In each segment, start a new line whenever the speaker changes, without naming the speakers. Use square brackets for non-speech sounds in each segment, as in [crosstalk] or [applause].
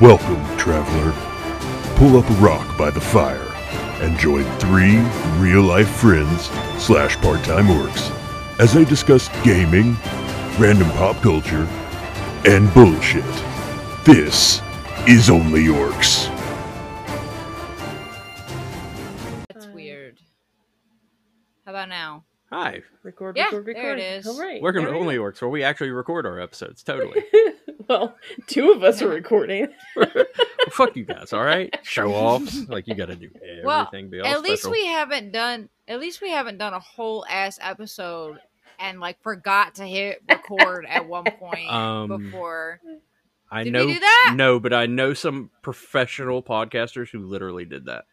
Welcome, traveler. Pull up a rock by the fire and join three real-life friends slash part-time orcs as they discuss gaming, random pop culture, and bullshit. This is only orcs.
That's
Fine.
weird. How about now?
Hi,
Record,
Yeah,
record,
there
record.
it is.
All right.
welcome to
there
Only
it
Works, where we actually record our episodes. Totally.
is. [laughs] well, two of us are recording.
Fuck you guys, all
[laughs]
right? Show offs. Like you got to do everything.
Well,
be all
At least
special.
we haven't done. At least we haven't done a whole ass episode and like forgot to hit record at
[laughs]
one point
Um,
before.
I
Did we
know.
do that?
No, but I know some professional podcasters who literally did that.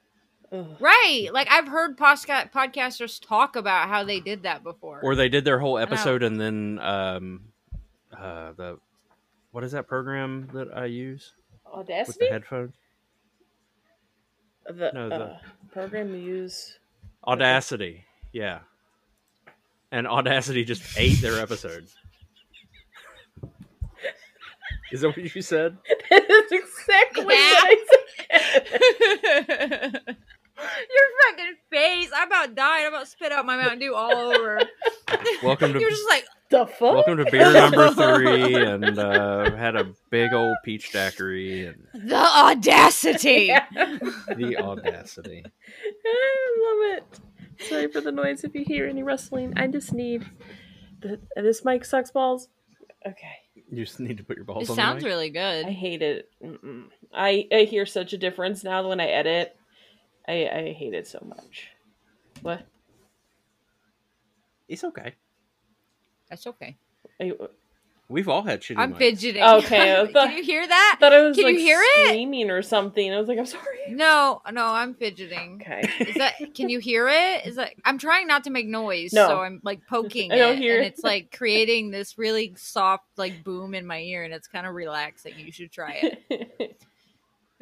Ugh.
Right, like I've heard posca- podcasters talk about how they did that before. [laughs]
Or they did their whole
know.
episode and then um, uh, the what is that program that I use with
Audacity?
the headphones?
The,
no, the-
uh, program we use. [laughs]
Audacity. Yeah. And Audacity just
[laughs]
ate their episode. Is that what you said?
that is exactly what I said.
Your fucking face! I'm about dying. I'm about to spit out my Mountain Dew all over.
[laughs] Welcome to
You're just like,
The fuck?
Welcome
[laughs]
to beer number three, and uh, had a big old peach daiquiri and
the audacity.
[laughs] Yeah.
the audacity.
I love it. Sorry for the noise if you hear any rustling. I just need. The, this mic sucks balls. Okay.
You just need to put your
It
balls on.
sounds
the mic.
really good.
I hate it. Mm-mm. I I hear such a difference now when I edit. I I hate it so much. What?
It's okay.
That's okay.
I
We've all had shitty.
I'm
mics.
fidgeting.
Okay, I
[laughs] Can
thought-
you hear that?
thought I was
Can you
like
hear it?
screaming or something. I was like, I'm sorry.
No, no, I'm fidgeting.
Okay. [laughs]
Is that can you hear it? Is that I'm trying not to make noise,
No.
so I'm
[laughs]
like poking
I don't
it,
hear
and
it.
it's like creating this really soft like boom in my ear, and it's kind of relaxing. You should try it.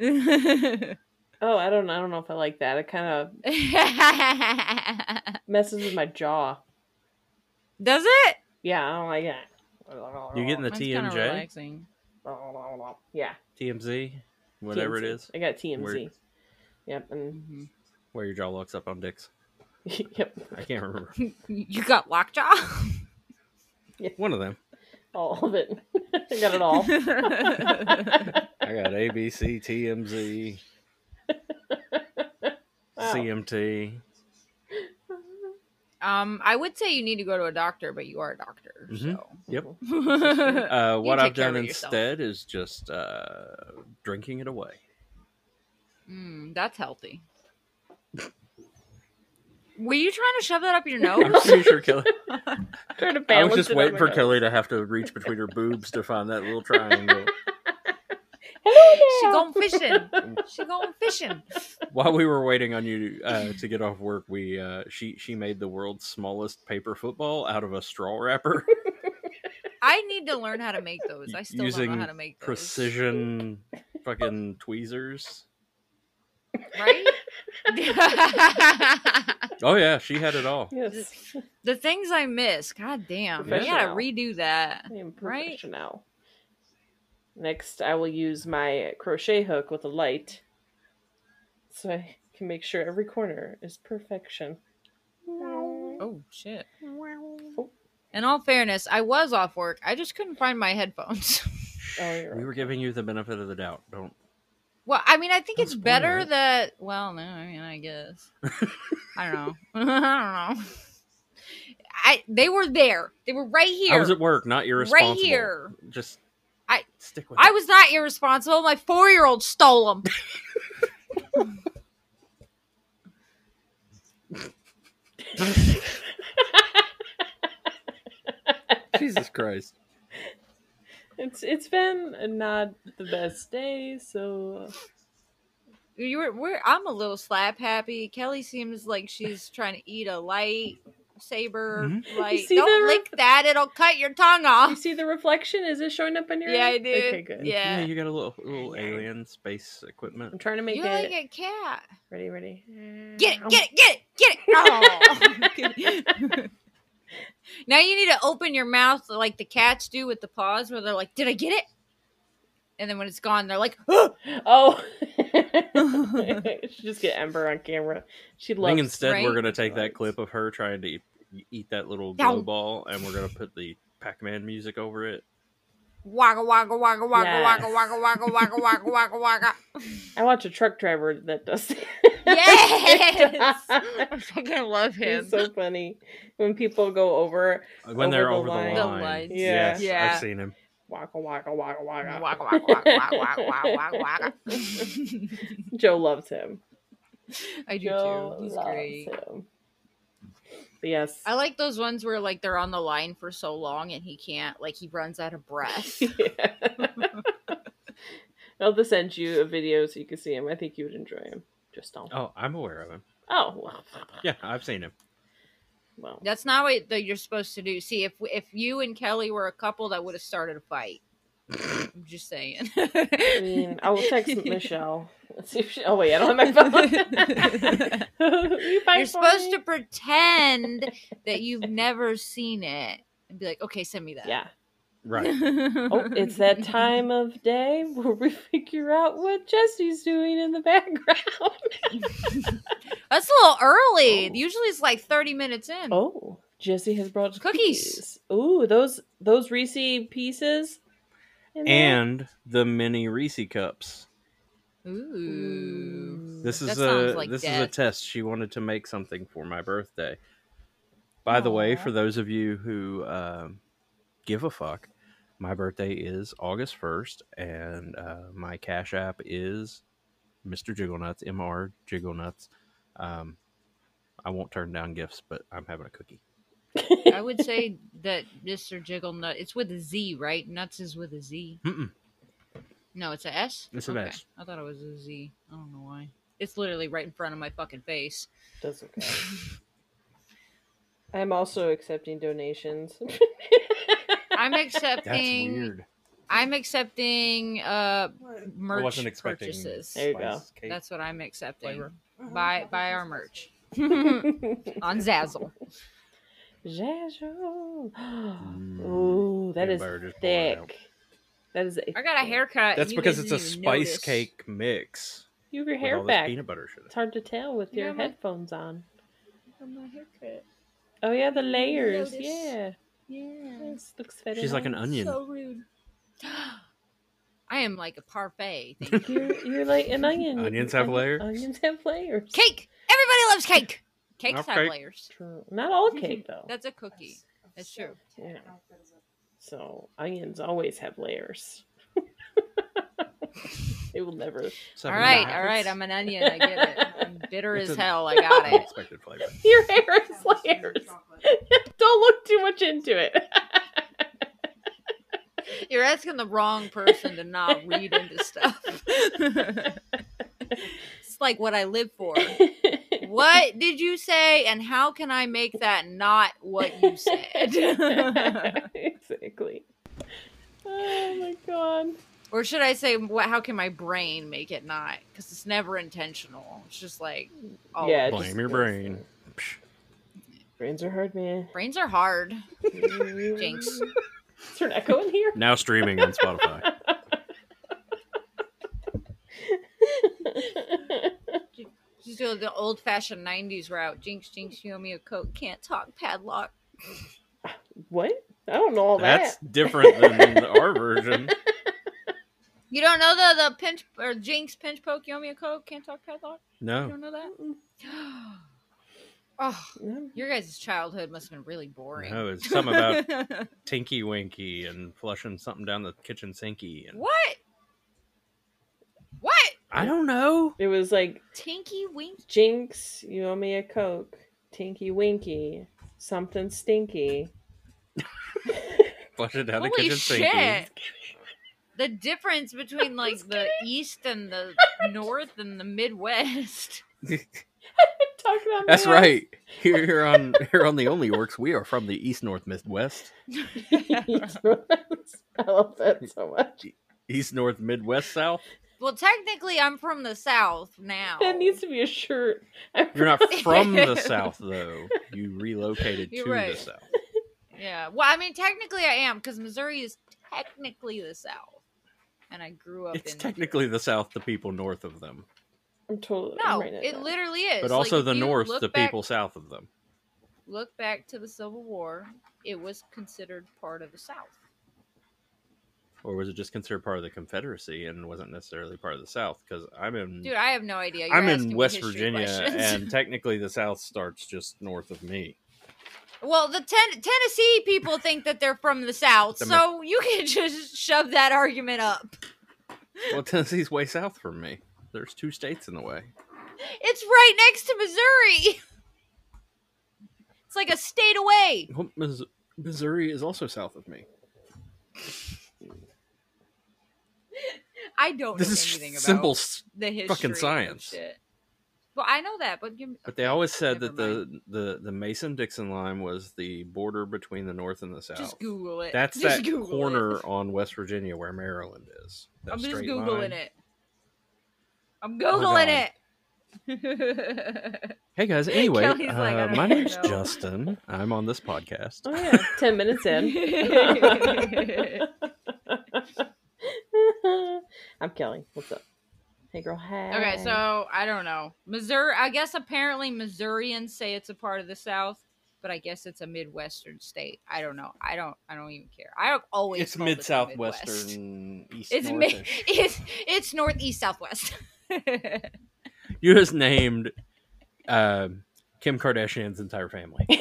[laughs]
[laughs]
oh, I don't. I don't know if I like that. It kind of messes with my jaw.
Does it?
Yeah, I don't like that.
You're getting the
Mine's kinda
TMJ,
relaxing.
[laughs] yeah.
TMZ, whatever it
TMZ.
is,
I got TMZ.
Word.
Yep, and [laughs]
Mhm.
where your jaw locks up on dicks.
yep,
I can't remember
You got lockjaw.
one of them.
all of it. [laughs] I got it all.
I got ABC, TMZ,
Wow.
CMT.
[laughs] um, I would say you need to go to a doctor, but you are a doctor,
Mhm. [laughs] Yep. [laughs]
so
Uh, what I've
take care of
done
yourself.
instead is just uh, drinking it away.
Mm, that's healthy. Were you trying to shove that up
[laughs]
your
I'm
nose?
pretty sure Kelly.
[laughs] Trying to
I
balance
was just
it
waiting
on
for
my nose.
Kelly to have to reach between her boobs to find that little triangle.
she
Hello
going
[laughs]
fishing. She going fishing.
While we were waiting on you uh, to get off work, we uh, she she made the world's smallest paper football out of a straw
[laughs]
wrapper,
Oh, I need to learn how to make those. I still don't
Using
know how to make those.
precision fucking tweezers. [laughs]
Right? [laughs]
Oh yeah, she had it all.
now. Yes.
Just- the things I miss. God damn. We gotta
Professional.
redo that.
I am
Right?
professional. Next, I will use my crochet hook with a light so I can make sure every corner is perfection.
Oh, shit.
Oh.
In all fairness, I was off work. I just couldn't find my headphones. [laughs]
Oh, you're
We
right. [laughs]
were giving you the benefit of the doubt. Don't
Well, I mean, I think
Don't
it's
spoil
better
it.
that. Well, no, I mean, I
[laughs]
guess. I don't know. [laughs] I don't know. I they were there. They were right here.
I was at work, not irresponsible.
here.
Just
I-
stick with.
I
it.
was not irresponsible. My four year old stole them.
[laughs] Jesus Christ.
It's it's been not the best day, so
[laughs] You were. We're, I'm a little slap happy. Kelly seems like she's trying to eat a light saber.
You
Like,
see
don't
the re-
lick that. It'll cut your tongue
you
off.
see the reflection. Is it showing up on your?
Yeah,
end?
I do.
Okay, good.
Yeah.
you got a little little alien space equipment.
I'm trying to make
You're
it Mm,
like a cat.
ready, ready.
Get it, get it, get it, get
[laughs]
[laughs] it. Oh. now you need to open your mouth like the cats do with the paws, where they're like, Did I get it? and then when it's gone, they're like,
Oh, [laughs] she just get Ember on camera. She
I think
loves.
instead we're
right?
gonna take that
Right.
clip of her trying to eat, eat that little
Ow.
glow ball, and we're gonna put the Pac-Man music over it.
wagga wagga wagga wagga
Yes.
wagga wagga wagga wagga wagga wagga wagga.
I watch a truck driver that does. [laughs]
Yes, [laughs] I fucking love him.
It's so funny when people go over
When they're
Over
Uh, over
the
the
line.
line.
The lights.
Yeah.
Yes,
Yeah.
I've seen him.
waka waka waka waka.
Wagga wagga wagga wagga wagga wagga wagga.
[laughs] Joe loves him.
[laughs] I do
Joe
too. He's
loves
great.
him. But yes, [laughs]
I like those ones where like they're on the line for so long and he can't like he runs out
[laughs]
of breath.
yeah. I'll just send you a video so you can see him. I think you would enjoy him. Just don't.
Oh, I'm aware of him.
Oh, well.
Yeah, I've seen him.
well.
That's not what that you're supposed to do. See, if if you and Kelly were a couple, that would have started
[laughs]
a fight. I'm just saying. [laughs]
I mean, I will text Michelle. Let's see if she. Oh wait, I don't have my
[laughs]
phone. [laughs] you
You're supposed to pretend
[laughs]
that you've never seen it and be like, okay, send me that. [laughs]
Yeah.
Right.
Oh, it's that time of day where we [laughs] figure out what Jesse's doing in the background.
That's a little early.
Oh.
Usually it's like 30 minutes
[laughs]
in.
Oh, Jesse has brought
Cookies.
cookies. Ooh, those those Reese pieces. in there?
and the mini Reese cups.
Ooh.
This
That
is
sounds
a
like
this is a
death.
test. She wanted to make something for my birthday. By the way,
Aw.
for those of you who um, give a fuck, my birthday is August first, and uh, my cash app is Mr. Jigglenuts, Mr. Jigglenuts. Um, I won't turn down gifts, but I'm having a cookie.
I would say that Mr. Jiggle Nut, it's with a Z, right? Nuts is with a Z.
Mm-mm.
No, it's a S?
It's an S.
I thought it was a Z. I don't know why. It's literally right in front of my fucking face.
That's okay. I'm also accepting
[laughs]
donations. [laughs]
[laughs]
I'm accepting. I'm accepting uh merch purchases.
There you go.
That's what I'm accepting.
flavor.
Buy buy our
[laughs]
merch on Zazzle.
Jazzo. [gasps]
Mm.
Ooh, that
Peanut
is
butter just poured out.
thick. That is.
I got a haircut. and
That's
you
because
guys
it's a
didn't even
spice
notice.
cake mix.
You have your
with all
hair
this
back.
peanut butter shit.
It's hard to tell with
You
your
got my-
headphones on.
My haircut.
Oh yeah, the layers.
notice.
Yeah,
Yeah.
Yes, looks better.
She's like an onion.
rude. [gasps] I am like a parfait. [laughs] Thank you.
[laughs] You're, you're like
[laughs]
an onion. Uh-huh.
Onions have
Onion-
layers.
Onions have layers.
cake. Everybody loves cake. Cakes have
Okay.
layers.
True. Not all cake though.
That's a cookie. That's true.
Yeah. So onions always have layers. [laughs] they will never.
So
all
I'm
right,
not-
all right. I'm an onion. I get
[laughs]
it. I'm bitter
It's
as
a-
hell. I got
[laughs]
it.
Unexpected
[laughs]
flavor.
Your hair
[laughs]
is layers. Don't look too much into it.
You're asking the wrong person to [laughs] not read into stuff. [laughs] it's like what I live for. [laughs] What did you say, and how can I make that not what you [laughs] said?
[laughs] exactly. Oh my god.
or should I say, what, how can my brain make it not? Because it's never intentional. It's just like, oh,
Yeah.
Blame
just-
your brain. Psh,
Brains are hard, man.
brains are hard.
Jinx.
Jinx.
Is there an echo in here? [laughs]
Now streaming on Spotify.
She's doing the old fashioned 90s route. Jinx, jinx, you owe me a coke. Can't talk padlock.
what? I don't know all [laughs]
That's
that.
different than our version.
You don't know the, the pinch or jinx, pinch poke, you owe me a coke. Can't talk padlock. You
No.
don't know that? [gasps] oh,
Mm,
your guys' childhood must have been really boring.
No, it's something about Tinky Winky and flushing something down the kitchen sinky. And...
[laughs] what? What?
I don't know.
It was like
Tinky Winky?
Jinx, you owe me a Coke. Tinky Winky, something stinky.
Flush it down the
Holy
kitchen [laughs]
shit! The difference between like the East and [laughs] the North and the Midwest.
sinky.
Talk about my
That's
ass. [laughs]
[laughs] right. Here, here on here on the Only Orcs, we are from the East North Midwest,
[laughs] I love that so much.
East North Midwest South.
well, technically, I'm from the South now.
That needs to be a shirt. I'm
[laughs]
You're not from the South though. You relocated
You're
to
right.
the South.
Yeah. Well, I mean, technically, I am because Missouri is technically the South. and I grew up
it's
in
technically the South, the people north of them,
[laughs] I'm totally
here.
I'm
No,
writing
it
down.
literally is.
but
Like,
also
if
the
you
North,
look
the
back-
people south of them.
Look back to the Civil War. It was considered part of the South.
Or was it just considered part of the Confederacy and wasn't necessarily part of the South? Because I'm in
Dude, I have no idea. You're
Mm. I'm
asking
in
me
West
history
Virginia,
questions.
[laughs] and technically the South starts just north of me.
[laughs] well, the ten- Tennessee people think that they're from the South,
The mi-
so you can [laughs] just shove that argument up.
Well, [laughs] Tennessee's way south from me. There's two states in the way.
It's right next to Missouri. [laughs] It's like a state away.
Well, Mis- Missouri is also south of me.
I don't
This
know
is
anything about
simple. s-
the history.
fucking
of
science.
Shit. Well, I know that, but give me,
But they always said
Never
that the, the, the Mason Dixon line was the border between the north and the south.
just Google it.
That's
Eh, [laughs] just
that
Google it.
corner
[laughs]
on West Virginia where Maryland is. That
I'm just
straight
googling
line. Oh
it. I'm
Hold
googling
on.
it.
Hey guys, anyway,
[laughs] Kelly's like, I
uh,
don't
my
even
name's
know.
Justin. I'm on this podcast.
Oh yeah, ten minutes
[laughs]
in. [laughs] I'm Kelly. What's up? Hey girl. Hey.
[laughs] okay,
[laughs]
so I don't know Missouri. I guess apparently Missourians say it's a part of the South, but I guess it's a Midwestern state. I don't know. I don't. I don't even care. I don't always.
It's
called it the
mid southwestern east.
It's mid. [laughs]
northish.
It's it's northeast [laughs] southwest.
You just named uh, Kim Kardashian's entire family.
[laughs]
you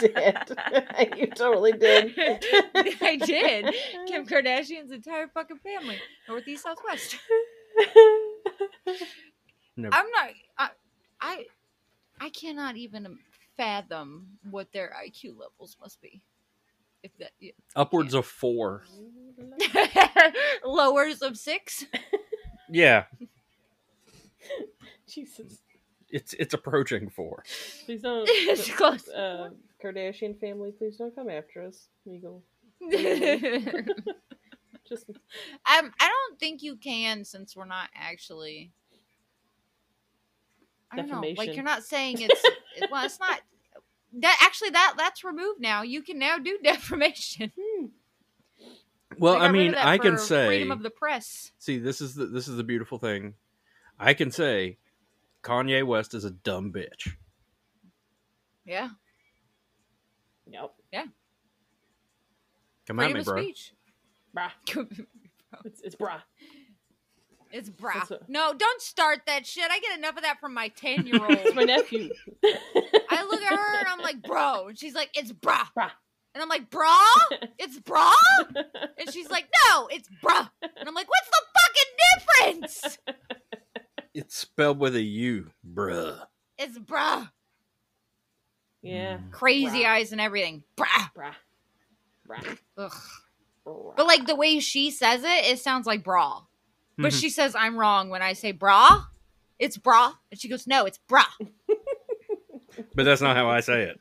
did. [laughs] you totally did.
[laughs] I did.
Mm.
Kim Kardashian's entire fucking family, northeast southwest.
Never.
I'm not. I, I, I cannot even fathom what their IQ levels must be. If that
Upwards of four.
yeah. [laughs] lowers of six, [laughs]
Yeah,
[laughs] Jesus.
it's it's approaching four.
Please don't.
[laughs] it's close.
Uh, Kardashian family, please don't come after us. Legal.
I'm,
Just
I don't think you can since we're not actually. I don't know. Like
Defamation.
you're not saying
[laughs]
it's. it- well, it's not. That actually that that's removed now. You can now do [laughs] defamation.
hmm.
Well,
They got
I
rid of
mean,
that
I
for
can say.
freedom of the press.
see, this is the this is the beautiful thing. I can say, Kanye West is a dumb bitch.
Yeah,
Nope.
Come
freedom
at me,
of
bro.
speech.
Brah. It's, it's bra.
[laughs] It's bra.
That's what-
No, don't start that shit. I get enough of that from my 10 year old.
[laughs] It's my
[laughs]
nephew.
I look at her and I'm like, bro. And she's like, it's bra.
Bra.
And I'm like, bra?
[laughs]
It's bra? And she's like, no, it's bra. And I'm like, what's the fucking
[laughs]
difference?
It's spelled with a U, bruh.
It's bra.
yeah.
Crazy
Bra.
eyes and everything. Bra.
Bra. Bra.
Ugh.
Bra.
But like the way she says it, it sounds like bra. But
Mhm.
she says I'm wrong when I say bra. It's bra. And she goes, no, it's bra.
[laughs]
But that's not how I say it.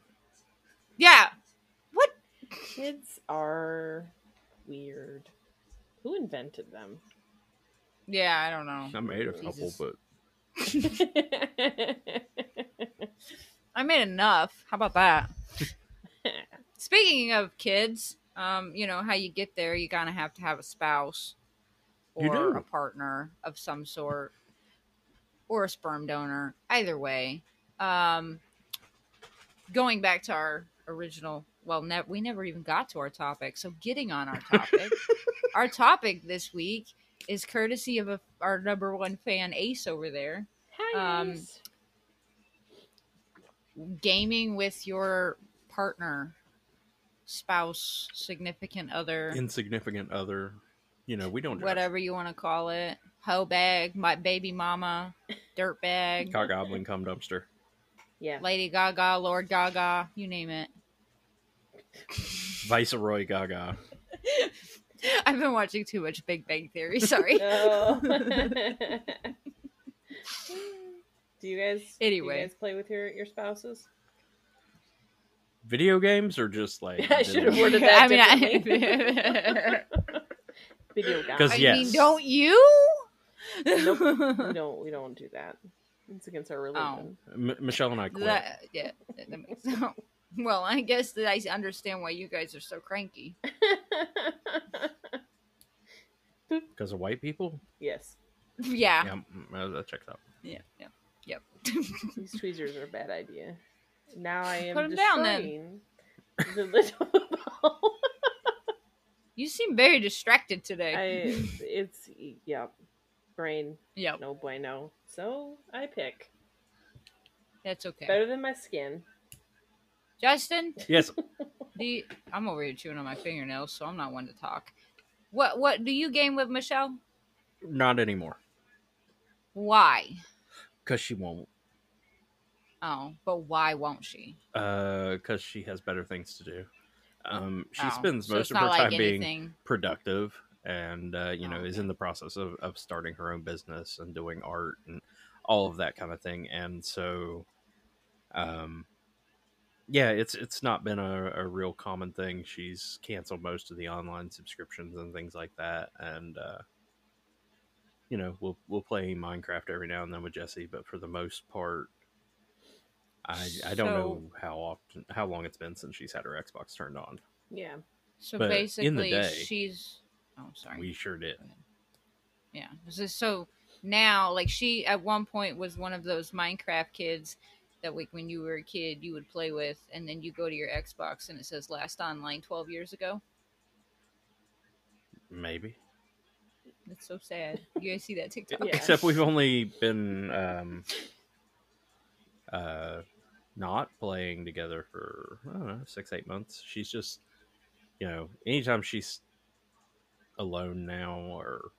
Yeah. What?
Kids are weird. Who invented them?
Yeah, I don't know.
I made a couple,
Jesus.
but
I made enough. How about
[laughs]
that? Speaking of kids, um, you know how you get there, you kind of have to have a spouse
You
or
do.
a partner of some sort or a sperm donor. Either way, um, going back to our original, well, ne- we never even got to our topic. So getting on our
[laughs]
topic, our topic this week is courtesy of a, our number one fan, Ace over there
Hi.
Um, gaming with your partner, spouse, significant other,
insignificant other. You know, we don't judge.
whatever you want to call it, hoe bag, my baby mama, dirt bag,
Cock goblin cum dumpster.
yeah.
Lady Gaga, Lord Gaga, you name it. [laughs]
Viceroy Gaga.
I've been watching too much Big Bang Theory. [laughs] Sorry.
[laughs] No. do you guys? do
Anyway.
you guys play with your your spouses?
Video games or just like
I should have
diddly-
worded that.
[laughs] I mean, I- [laughs]
differently. video games.
'Cause
I
yes.
mean, don't you? [laughs]
we don't we don't do that. It's against our religion.
M- Michelle and I quit.
That- yeah, that that makes [laughs] sense. Well, I guess that I understand why you guys are so cranky.
Because of white people?
Yes.
[laughs] Yeah.
Yeah, mm, uh, that checks out.
Yeah. Yeah. Yep. [laughs]
These tweezers are a bad idea. Now I am
Put 'em down,
destroying the little [laughs] ball.
you seem very distracted today. [laughs]
I, it's yeah, brain
yep.
no bueno. So I pick
That's okay.
better than my skin.
Justin,
Yes.
do you, I'm over here chewing on my fingernails, so I'm not one to talk. What what do you game with Michelle?
Not anymore.
Why?
Because she won't.
Oh, but why won't she?
Because Uh, she has better things to do. Um, she
Oh,
spends
so
most
it's
of her
not like
time being
anything.
productive and, uh, you know,
Oh,
is in the process of, of starting her own business and doing art and all of that kind of thing. And so, um, yeah, it's it's not been a, a real common thing. She's canceled most of the online subscriptions and things like that. And, uh, you know, we'll we'll play Minecraft every now and then with Jesse, but for the most part, I I don't know how often how long it's been since she's had her Xbox turned on.
Yeah,
So
but in the
basically,
day,
she's. Oh, sorry.
We sure did.
Yeah. This is so now, like she at one point was one of those Minecraft kids that like when you were a kid you would play with, and then you go to your Xbox and it says last online twelve years ago.
Maybe.
That's so sad. You guys see that TikTok?
Yeah.
Except we've only been um uh not playing together for I don't know, six, eight months. She's just you know, anytime she's alone now or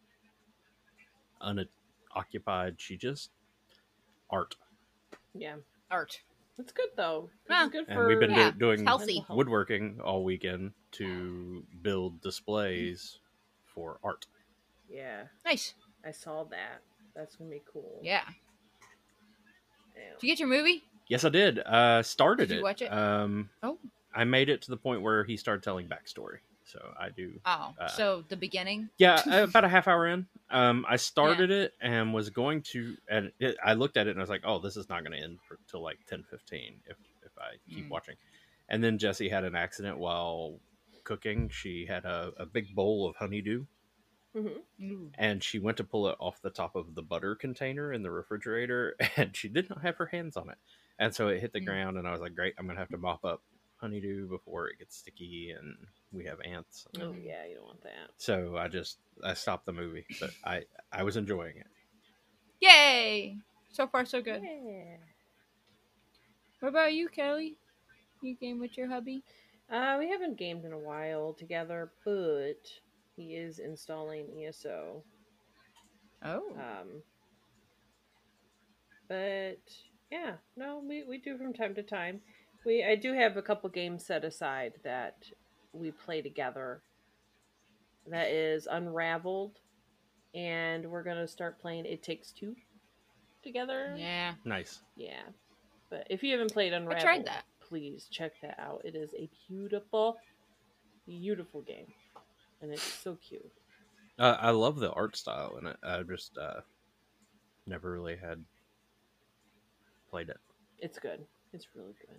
unoccupied, she just art.
yeah,
Art.
it's good though. This
Huh.
is good
And
for
we've been
Yeah,
do- doing
healthy.
mental health.
woodworking all weekend to build displays for art.
Yeah,
Nice.
I saw that. That's gonna be cool.
Yeah.
Yeah.
Did you get your movie?
Yes, I did. Uh, started
Did you
it.
watch it?
Um,
Oh.
I made it to the point where he started telling backstory. So I do.
Oh,
Uh,
so the beginning.
Yeah, uh,
[laughs]
about a half hour in, um, I started it and was going to, and it, I looked at it and I was like, "Oh, this is not going to end for, till like ten fifteen if if I keep
Mm.
watching." And then Jesse had an accident while cooking. She had a, a big bowl of honeydew,
hmm
Ooh.
and she went to pull it off the top of the butter container in the refrigerator [laughs] and she did not have her hands on it and so it hit the
Mm.
ground and i was like great i'm gonna have to mop up honeydew before it gets sticky and we have ants
Oh
Mhm.
yeah, you don't want that.
so i just i stopped the movie but i i was enjoying it
Yay! So far, so good.
Yeah.
What about you, Kelly? You game with your hubby?
Uh, we haven't gamed in a while together, but he is installing E ESO.
Oh,
Um, but yeah, no, we, we do from time to time. We I do have a couple games set aside that we play together. That is Unraveled, and we're gonna start playing It Takes Two together.
yeah.
nice
Yeah. But if you haven't played Unraveled,
that.
please check that out. It is a beautiful, beautiful game. And it's so cute.
uh, i love the art style and i just uh never really had played it
It's good. It's really good.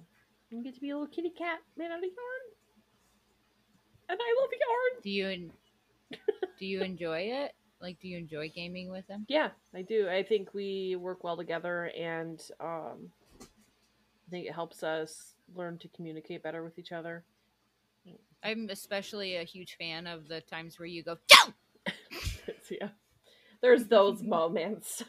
You get to be a little kitty cat made out of yarn. And I love yarn.
Do you en- do you enjoy it? Like, do you enjoy gaming with him?
Yeah, I do. I think we work well together and um, I think it helps us learn to communicate better with each other. [laughs]
I'm especially a huge fan of the times where you go, "Go!"
yeah. There's [laughs] those moments.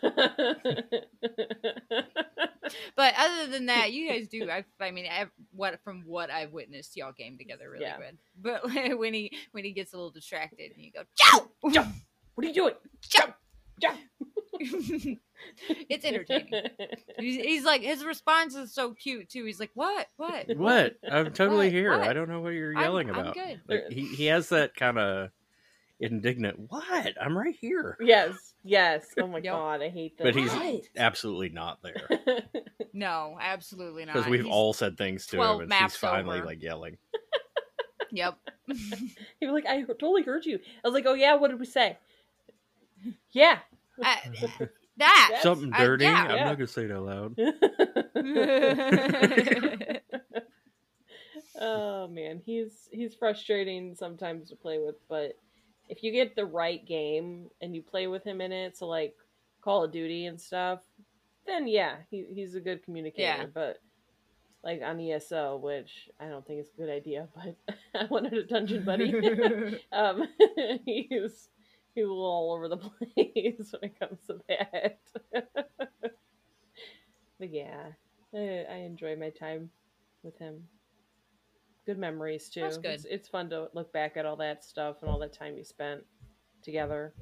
But other than that, you guys do. I, I mean, I, what from what I've witnessed, y'all game together really
Yeah.
good. But [laughs] like, when he when he gets a little distracted, and you go, "Jump,
Jump! What are you doing?
jump,
Jump!
[laughs] it's entertaining. He's, he's like his response is so cute too. He's like, "What? [laughs]
[laughs]
What?
what i'm totally
What?
here
What?
i don't know what you're
I'm-
yelling
I'm
about
good.
Like, he, he has that kind of indignant what i'm right here
[laughs] Yes, yes. Oh my
Yep.
god, I hate that.
but he's
Right.
absolutely not there
[laughs]
[laughs]
No, absolutely not."
because we've
He's-
all said things to
12
him and she's
maps
finally
over.
like yelling
[laughs] Yep.
[laughs] he was like, I totally heard you. I was like, oh yeah, what did we say? [laughs] Yeah.
[laughs]
I- Uh, that.
something
I-
dirty
yeah.
i'm
Yeah.
not gonna say it out loud
[laughs]
oh man, he's he's frustrating sometimes to play with, but if you get the right game and you play with him in it, so like Call of Duty and stuff, then yeah, he, he's a good communicator.
Yeah.
But like on ESO, which I don't think is a good idea, [laughs] but I wanted a dungeon buddy. [laughs] um, he's he was all over the [laughs] place when it comes to that. [laughs] but yeah, I, I enjoy my time with him. Good memories too.
That's good.
It's, it's fun to look back at all that stuff and all that time you spent together.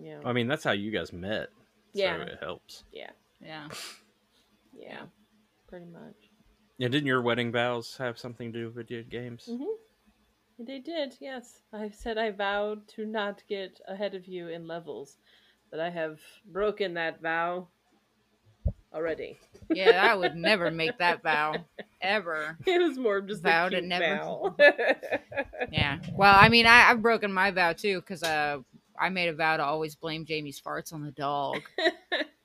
Yeah,
I mean, that's how you guys met. So
Yeah.
it helps.
yeah,
[laughs] yeah.
yeah, pretty much.
And didn't your wedding vows have something to do with video games?
Mm-hmm.
hmm They did, yes. I said I vowed to not get ahead of you in levels, but I have broken that vow already. [laughs]
Yeah, I would never make that vow ever.
It was more of just
Vow
vowed
to
a cute
never-
vow.
Yeah. Well, I mean, I, I've broken my vow too because uh, I made a vow to always blame Jamie's farts on the dog.
[laughs]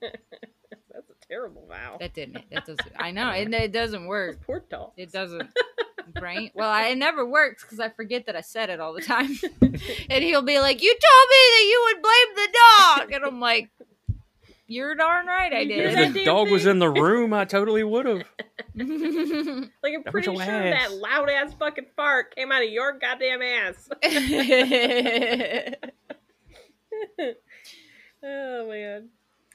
That's a terrible vow.
That didn't. That doesn't. I know, and it doesn't
That's
work.
poor dog.
It doesn't. Right? Well, I, it never works because I forget that I said it all the time. and he'll be like, "You told me that you would blame the dog," and I'm like, "You're darn right, I
You're
If
that
did."
the
damn
dog was
thing.
in the room, I totally
[laughs]
would have.
Like I'm
That was
pretty
your
sure
ass.
that loud ass fucking fart came out of your goddamn ass. [laughs]
I
oh man.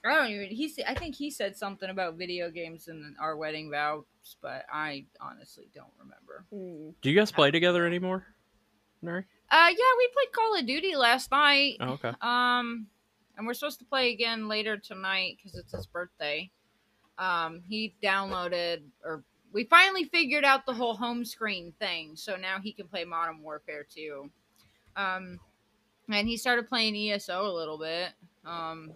don't even. He. sa- [laughs] I think he said something about video games in our wedding vows, but I honestly don't remember.
Mm.
Do you guys play together anymore? Neri?
Uh, yeah, we played Call of Duty last night.
Oh, okay.
Um, and we're supposed to play again later tonight because it's his birthday. Um, he downloaded or we finally figured out the whole home screen thing, so now he can play Modern Warfare too. Um, and he started playing ESO a little bit. Um,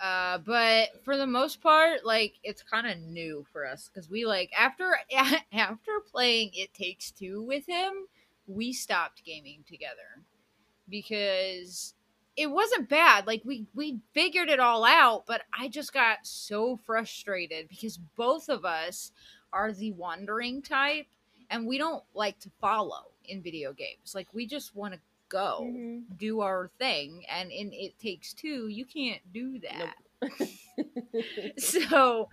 uh, but for the most part, like it's kind of new for us because we like after [laughs] after playing It Takes Two with him, we stopped gaming together because it wasn't bad. Like we we figured it all out, but I just got so frustrated because both of us are the wandering type and we don't like to follow in video games. Like we just want to go
Mhm.
do our thing and in it takes two, you can't do that. [laughs] so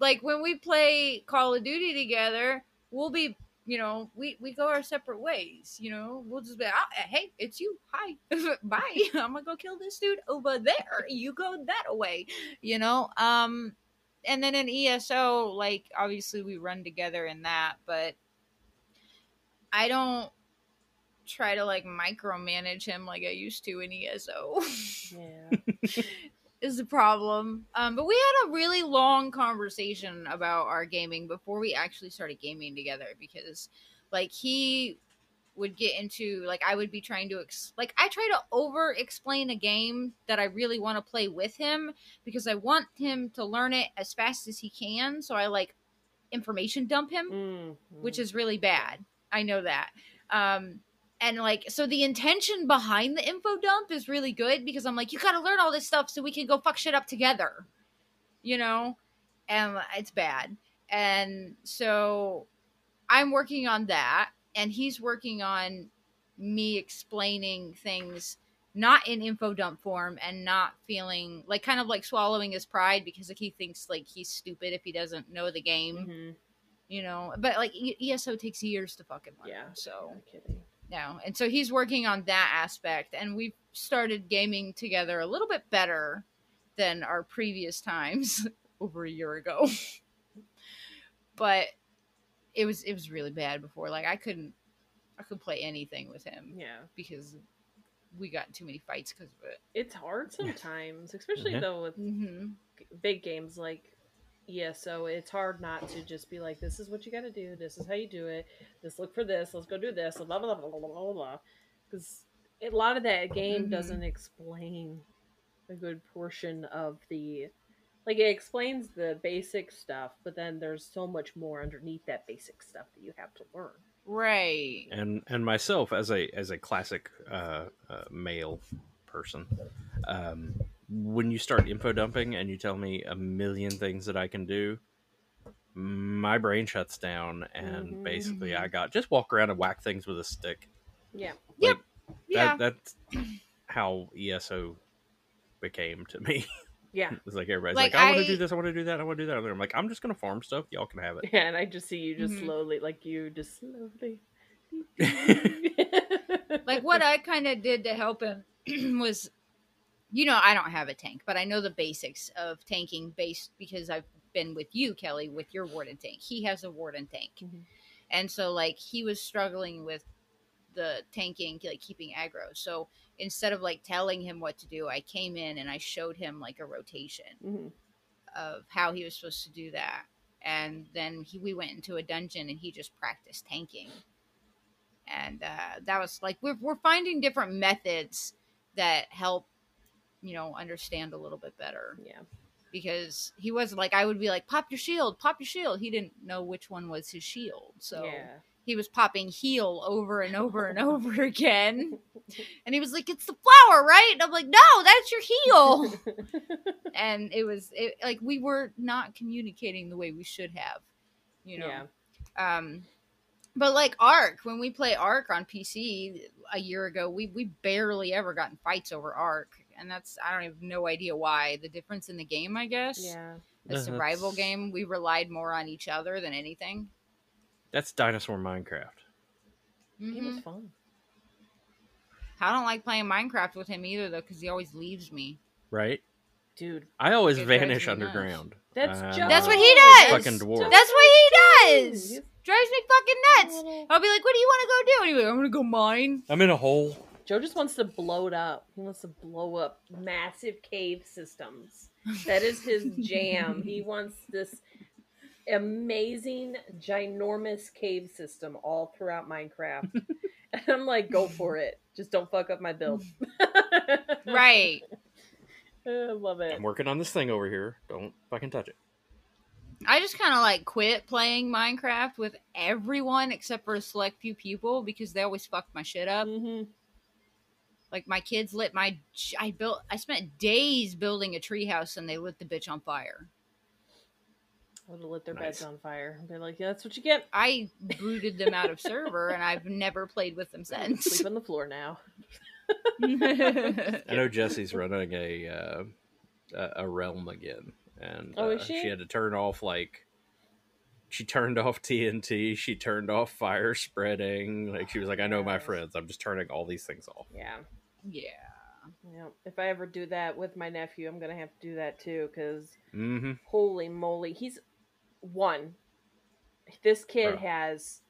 like when we play Call of Duty together, we'll be you know, we, we go our separate ways. You know, we'll just be, "Ah, hey, it's you. Hi, [laughs] bye. I'm gonna go kill this dude over there. You go that way. You know, um, and then in ESO, like obviously we run together in that, but I don't try to like micromanage him like I used to in E ESO.
[laughs]
[laughs]
Yeah.
is the problem. Um, but we had a really long conversation about our gaming before we actually started gaming together because, like, he would get into like I would be trying to ex- like I try to over explain a game that I really want to play with him because I want him to learn it as fast as he can. So I like information dump him
Mm,
which
mm.
is really bad. I know that. Um, and like, so the intention behind the info dump is really good because I'm like, you got to learn all this stuff so we can go fuck shit up together, you know? And uh, it's bad. And so I'm working on that, and he's working on me explaining things not in info dump form and not feeling like kind of like swallowing his pride because like he thinks like he's stupid if he doesn't know the game
Mhm.
you know but like E- eso takes years to fucking learn
Yeah.
so
No kidding.
no and so he's working on that aspect and we started gaming together a little bit better than our previous times [laughs] over a year ago [laughs] but it was it was really bad before like i couldn't i could play anything with him
Yeah.
because we got in too many fights because of it
It's hard sometimes, especially
Yeah.
though with
mm-hmm.
g- big games like ESO. It's hard not to just be like, "This is what you got to do. This is how you do it. Let's look for this. Let's go do this." Blah blah blah blah blah blah. blah. Because a lot of that game
Mhm.
doesn't explain a good portion of the. Like it explains the basic stuff, but then there's so much more underneath that basic stuff that you have to learn.
right
and and myself as a as a classic uh, uh, male person um, when you start info dumping and you tell me a million things that i can do my brain shuts down and
Mhm.
Mm-hmm.
basically i got just walk around and whack things with a stick
Yeah.
Yep. yeah.
That, that's how ESO became to me. [laughs]
Yeah.
It's like everybody's
Like,
like, I, want
I-
to do this, I want to do that, I want to do that. And I'm like, I'm just going to farm stuff. Y'all can have it.
Yeah, [laughs] and I just see you just
Mhm.
slowly, like you just slowly.
[laughs]
[laughs]
like what I kind of did to help him [clears throat] was, you know, I don't have a tank, but I know the basics of tanking based because I've been with you, Kelly, with your warden tank. He has a warden tank,
Mhm.
and so like he was struggling with the tanking, like keeping aggro. So instead of like telling him what to do, I came in and I showed him like a rotation
Mhm.
of how he was supposed to do that. And then he, we went into a dungeon and he just practiced tanking. And uh, that was like, we're, we're finding different methods that help, you know, understand a little bit better.
Yeah.
Because he was like, I would be like, pop your shield, pop your shield. He didn't know which one was his shield. So
Yeah.
he was popping heal over and over and [laughs] over again. And he was like, it's the flower, right? And I'm like, no, that's your
[laughs]
heel and it was it, like we were not communicating the way we should have you know
Yeah.
um but like arc when we play arc on pc a year ago we we barely ever got in fights over arc and that's i don't have no idea why the difference in the game i guess
Yeah.
Uh-huh.
a survival
That's-
game we relied more on each other than anything
That's Dinosaur Minecraft.
It was
Mhm.
fun.
i don't like playing minecraft with him either though because he always leaves me
Right?
Dude.
I always
It drives
vanish
me nuts.
underground.
That's
I'm
just
That's
a
what he does!
Fucking dwarf.
that's what he does
He's
drives me
a
fucking nuts
little-
i'll be like what do you want to go do and he's like i'm gonna go [laughs] mine
I'm in a hole.
Joe just wants to blow it up. He wants to blow up massive cave systems. That is his jam. he wants this amazing, ginormous cave system all throughout Minecraft. and I'm like, go for it. Just don't fuck up my build. [laughs]
right
I love it.
I'm working on this thing over here. Don't fucking touch it.
I just kind of like quit playing Minecraft with everyone except for a select few people because they always fucked my shit
Mm.
up.
hmm
Like my kids lit my j- I built I spent days building a treehouse and they lit the bitch on fire.
I would have lit their beds
Nice.
on fire and been like, yeah, that's what you get.
I booted them out of server and I've never played with
[laughs]
them since. [laughs]
Sleep on the floor now.
I know Jesse's running a uh, a- a realm again, and
Oh, is
uh,
she?
had to turn off like she turned off TNT, she turned off fire spreading. Like she was like, "I know my
Yes.
friends. I'm just turning all these things off."
Yeah.
yeah.
Yeah. If I ever do that with my nephew, I'm going to have to do that too because
Mm-hmm.
holy moly he's one this kid
Bro.
has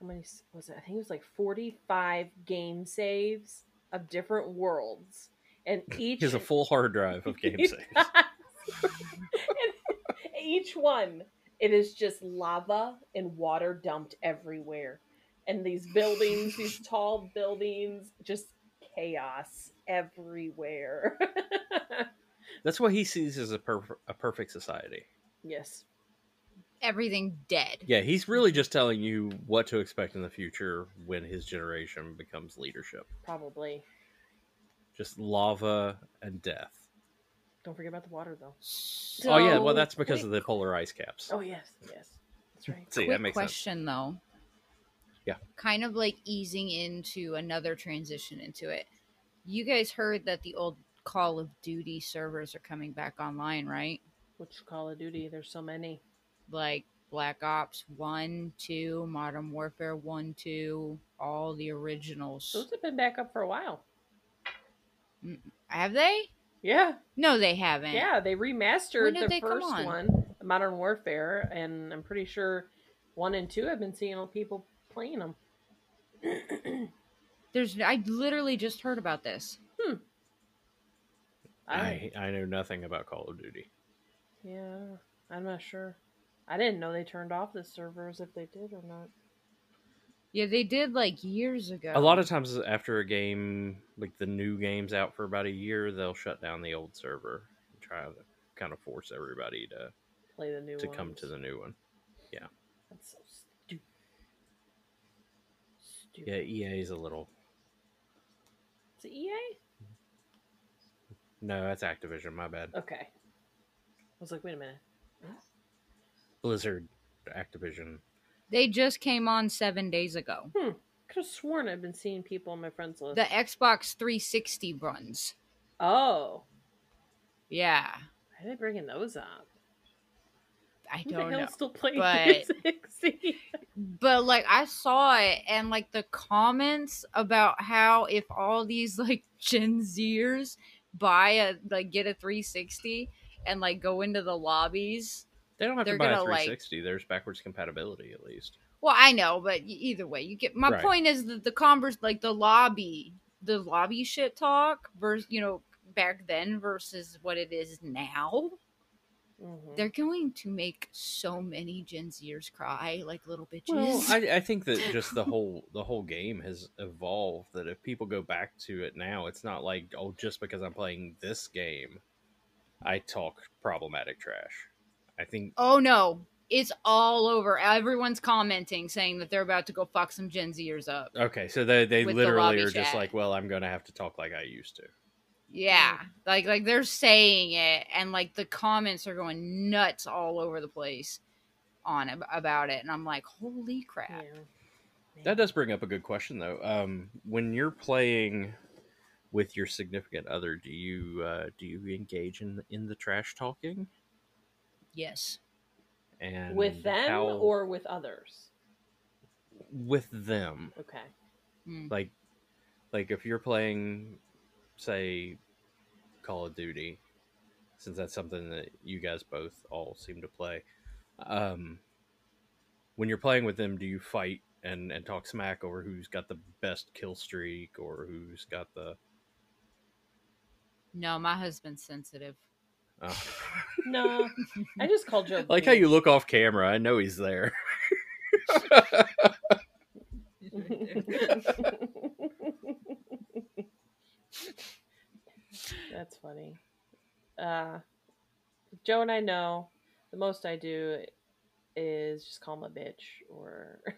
how many s- was it i think it was like 45 game saves of different worlds and each
[laughs] He has a full hard drive [laughs] of
[laughs]
game
He
saves.
does. And each one it is just lava and water dumped everywhere and these buildings
[laughs]
these tall buildings just chaos everywhere [laughs]
That's what he sees as a perf- a perfect society.
yes
Everything dead.
Yeah, he's really just telling you what to expect in the future when his generation becomes leadership.
probably
Just lava and death.
don't forget about the water though
oh yeah,
So,
well that's because
quick-
of the polar ice caps.
Oh yes, yes, that's right.
See,
quick
that makes sense.
question though.
Yeah.
Kind of like easing into another transition into it. You guys heard that the old Call of Duty servers are coming back online, right?
[laughs] Which Call of Duty? There's so many.
Like Black Ops 1, 2, Modern Warfare 1, 2, all the
Those
originals.
have been back up for a while.
Have they?
Yeah,
No, they haven't.
yeah. They
When
remastered
did
the
they come
first
on?
one, Modern Warfare, and I'm pretty sure one and two. I've been seeing all people playing them.
There's I literally just heard about this.
I uh, I know nothing about Call of Duty.
yeah, I'm not sure. I didn't know they turned off the servers if they did or not.
Yeah, they did like years ago.
A lot of times after a game, like the new game's out for about a year, they'll shut down the old server and try to kind of force everybody to
Play the new
to come to
ones.
the new one.
That's so stupid.
Yeah,
Stupid.
EA is a little
Is it E EA?
no, that's Activision. My
Oh.
bad.
Okay. I was like, wait a minute.
Blizzard, Activision.
They just came on 7 days ago.
could have sworn I've been seeing people on my friends list.
The Xbox 360 runs.
oh,
Yeah,
why are they bringing those up?
I
Who the
don't
hell
know.
still playing [laughs]
but-
360?
But like I saw it and like the comments about how if all these [laughs] like Gen Zers buy a like get a 360 and like go into the lobbies.
They don't have
They're
to buy a
gonna, like-
360. There's backwards compatibility at least.
Well, I know, but y- either way, you get my
Right.
point is that the converse like the lobby, the lobby shit talk versus you know back then versus what it is now.
Mhm.
They're going to make so many Gen Zers cry like little bitches. [laughs]
Well, I, I think that just the whole the whole game has evolved. That if people go back to it now, it's not like oh, just because I'm playing this game, I talk problematic trash. I think
Oh no, it's all over. Everyone's commenting saying that they're about to go fuck some Gen Zers up.
okay, so they they
With the
literally
lobby
are just
chat.
like, well, I'm going to have to talk like I used to.
Yeah, like like they're saying it, and like the comments are going nuts all over the place on ab- about it, and I'm like, holy crap!
Yeah.
That does bring up a good question though. Um, when you're playing with your significant other, do you uh, do you engage in in the trash talking
Yes,
and
with them
how-
or with others?
with them?
Okay.
like like if you're playing say call of duty since that's something that you guys both all seem to play um when you're playing with them do you fight and and talk smack over who's got the best kill streak or who's got the
no, my husband's [laughs] sensitive.
uh,
No, I just called
[laughs]
Joe.
like how you look off camera i know he's there [laughs] [laughs]
[laughs] That's funny. Uh, Joe and I know the most I do is just call him a bitch or. [laughs]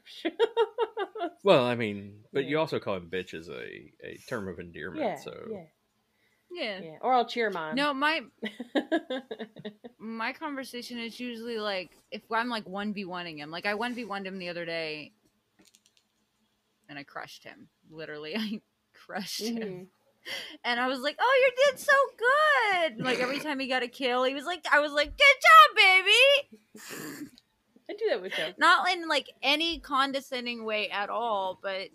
well i mean but you
Yeah.
also call him bitch as a, a term of endearment
yeah,
so
yeah,
Yeah.
yeah. Or I'll cheer him on. [laughs]
No, my my conversation is usually like if I'm like one v oneing him. Like I one v one him the other day, and I crushed him. Literally, [laughs] I crushed him.
Mhm.
And I was like, "Oh, you did so good!" Like every time he got a kill, he was like, "I was like, good job, baby."
I do that with Joe.
Not in like any condescending way at all, but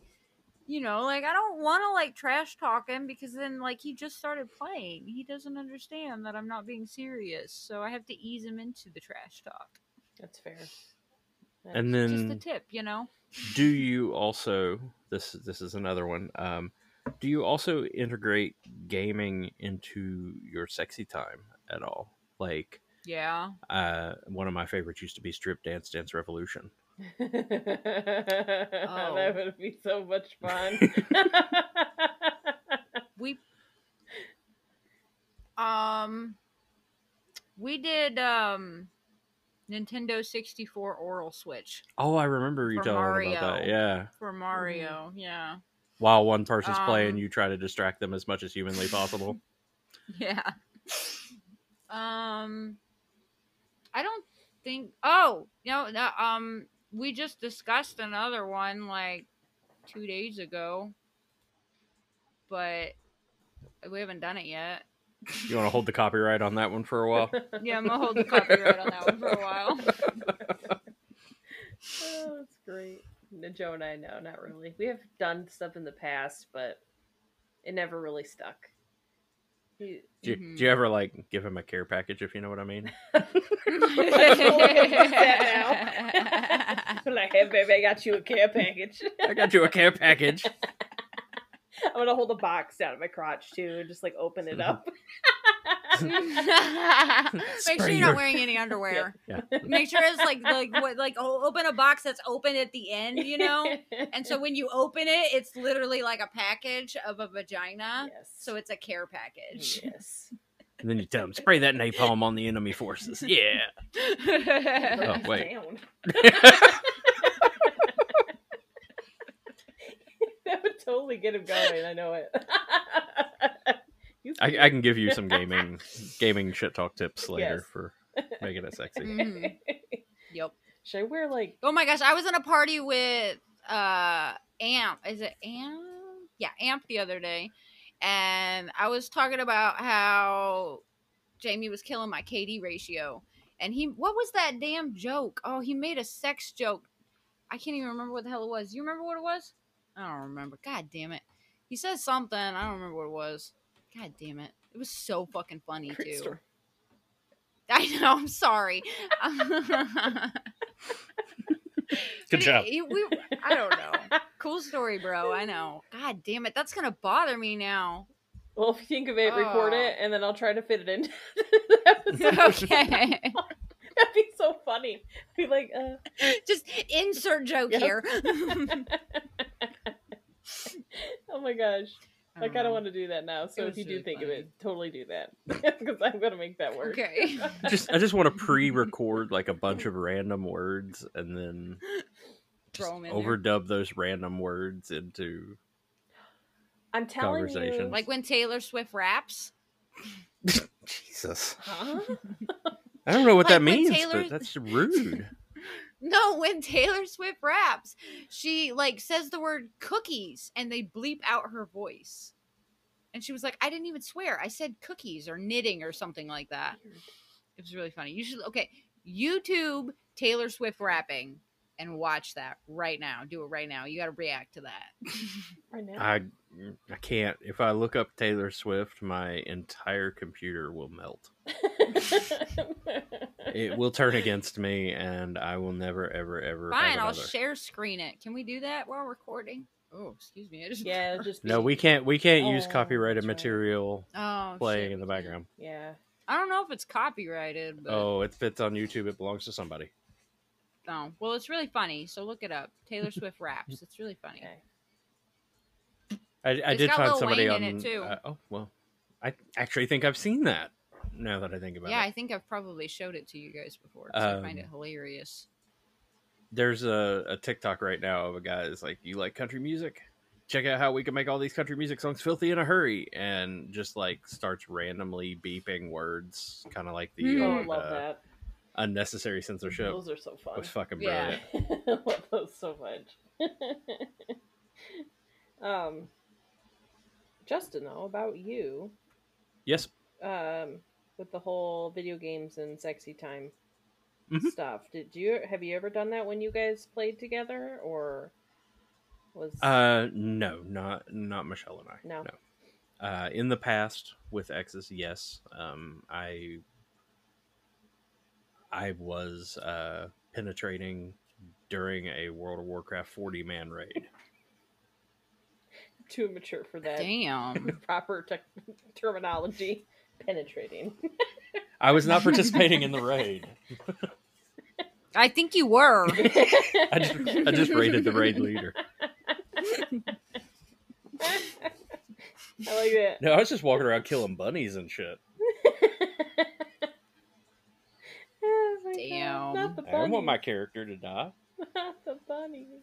you know, like I don't want to like trash talk him because then like he just started playing. He doesn't understand that I'm not being serious, so I have to ease him into the trash talk.
That's fair.
and
That's-
then
Just the tip, you know.
do you also this this is another one um do you also integrate gaming into your sexy time at all like
Yeah.
uh one of my favorites used to be strip dance dance revolution
[laughs] that
Oh.
would be so much
[laughs]
fun. [laughs]
we um we did um Nintendo 64 oral switch
oh i remember you
For
telling me about
Mario.
that yeah
for Mario. Yeah.
while one person's playing
Um,
you try to distract them as much as humanly possible
[laughs] Yeah. Um I don't think oh, no, no um we just discussed another one like 2 days ago. But we haven't done it yet.
you want to hold the copyright on that one for
[laughs]
a while
Yeah, I'm gonna hold the copyright on that one for a while.
Oh, that's great. No, Joe and I know, not really. We have done stuff in the past, but it never really stuck. He-
do, you,
Mhm.
do you ever like give him a care package if you know what
[laughs]
i mean
Uh,
That now. [laughs] like, hey, baby, I got you a care package. [laughs]
i got you a care package
I'm gonna hold a box down at my crotch too, and just like open
[laughs]
it up.
Make sure
Spray
you're
your-
not wearing any underwear.
Yeah.
Make sure it's like like what like o- open a box that's open at the end,
[laughs]
you know. And so when you open it, it's literally like a package of a vagina.
yes.
uh,
Mm,
So it's a care package.
yes.
and then you tell him spray that napalm on the
[laughs]
enemy forces yeah Oh,
It's
wait. [laughs]
down. [laughs] that would totally get him going. I know it. [laughs] You
I, I can give you
[laughs]
some gaming gaming shit talk tips later
Yes.
for making
[laughs]
it sexy.
Mhm. Yep.
[laughs] Should I wear like
Oh my gosh, I was in a party with uh Amp. Is it Amp? Yeah, Amp the other day, and I was talking about how Jamie was killing my KD ratio, and he what was that damn joke? Oh, he made a sex joke. I can't even remember what the hell it was. You remember what it was? I don't remember. God damn it. He said something. I don't remember what it was. God damn it. It was so fucking funny
Great
too.
story.
I know. I'm sorry. [laughs]
Good job.
He- he- we, I don't know. Cool story, bro. I know. God damn it. That's gonna bother me
[laughs]
now.
Well, if you think of it, record
Oh.
it, and then I'll try to fit it in. [laughs] the
[laughs]
episode.
okay. [laughs]
That'd be so funny. Be like, uh, [laughs]
Just insert joke
Yep.
here. [laughs]
oh my gosh, I kind of
don't
want to do that now. So if
was
you do
really
think of
funny.
it, totally do that [laughs] because I'm gonna make that
know.
work.
Okay.
just I just want to pre-record like a bunch of random words and then just
Throw 'em in there.
overdub those random words into
I'm telling you, [laughs]
Conversations.
Like when Taylor Swift raps.
Jesus.
huh?
I don't know what that
Like when
means,
Taylor- [laughs]
but that's rude.
No, when Taylor Swift raps, she like says the word cookies and they bleep out her voice. And she was like, I didn't even swear. I said cookies or knitting or something like that. It was really funny. You should okay, YouTube Taylor Swift rapping and watch that right now. Do it right now. You got to react to that.
Right now,
I I can't. If I look up Taylor Swift, my entire computer will melt. [laughs] It will turn against me, and I will never, ever, ever. have
Fine, I'll
another.
share screen it. Can we do that while recording? Oh, excuse me. I just
yeah, it'll just
No,
be-
we can't. We can't use
Oh,
copyrighted
that's right.
material
[laughs] Oh,
playing
shit,
in the
we can't.
background.
Yeah,
I don't know if it's copyrighted, but
Oh, if it's on YouTube, it belongs to somebody.
Oh, well, it's really funny. So look it up.
[laughs]
Taylor Swift raps. It's really funny.
okay.
I, I
It's
did
got
find
Lil
somebody
Wayne
on.
in it, too.
uh, oh well, I actually think I've seen that. Now that I think about
Yeah,
it,
I think I've probably showed it to you guys before. 'cause I find it
Um, [laughs]
hilarious.
there's a, a TikTok right now of a guy that's like, "You like country music? Check out how we can make all these country music songs filthy in a hurry," and just like starts randomly beeping words, kind of like the
Hmm.
Oh, I
old,
love
uh,
that.
unnecessary censorship.
Those are so
It
fun.
was fucking
Yeah.
brilliant.
[laughs] I love those so much. [laughs] um, Justin, though, about you,
Yes,
um, with the whole video games and sexy time
Mhm.
stuff, did you have you ever done that when you guys played together, or was
Uh, no, not not Michelle and I.
No.
Uh, in the past with exes, yes. Um, I I was uh penetrating during a World of Warcraft 40 man raid.
too mature for that
Damn.
proper tech [laughs] terminology? Penetrating.
I was not participating in the raid.
I think you
[laughs]
were.
I just, I just raided the raid leader.
[laughs] I like that.
[laughs] No, I was just walking around killing bunnies and shit.
Oh my God,
Damn.
Not the
I don't want
bunnies.
my character to die.
[laughs] Not the
[coughs]
bunnies.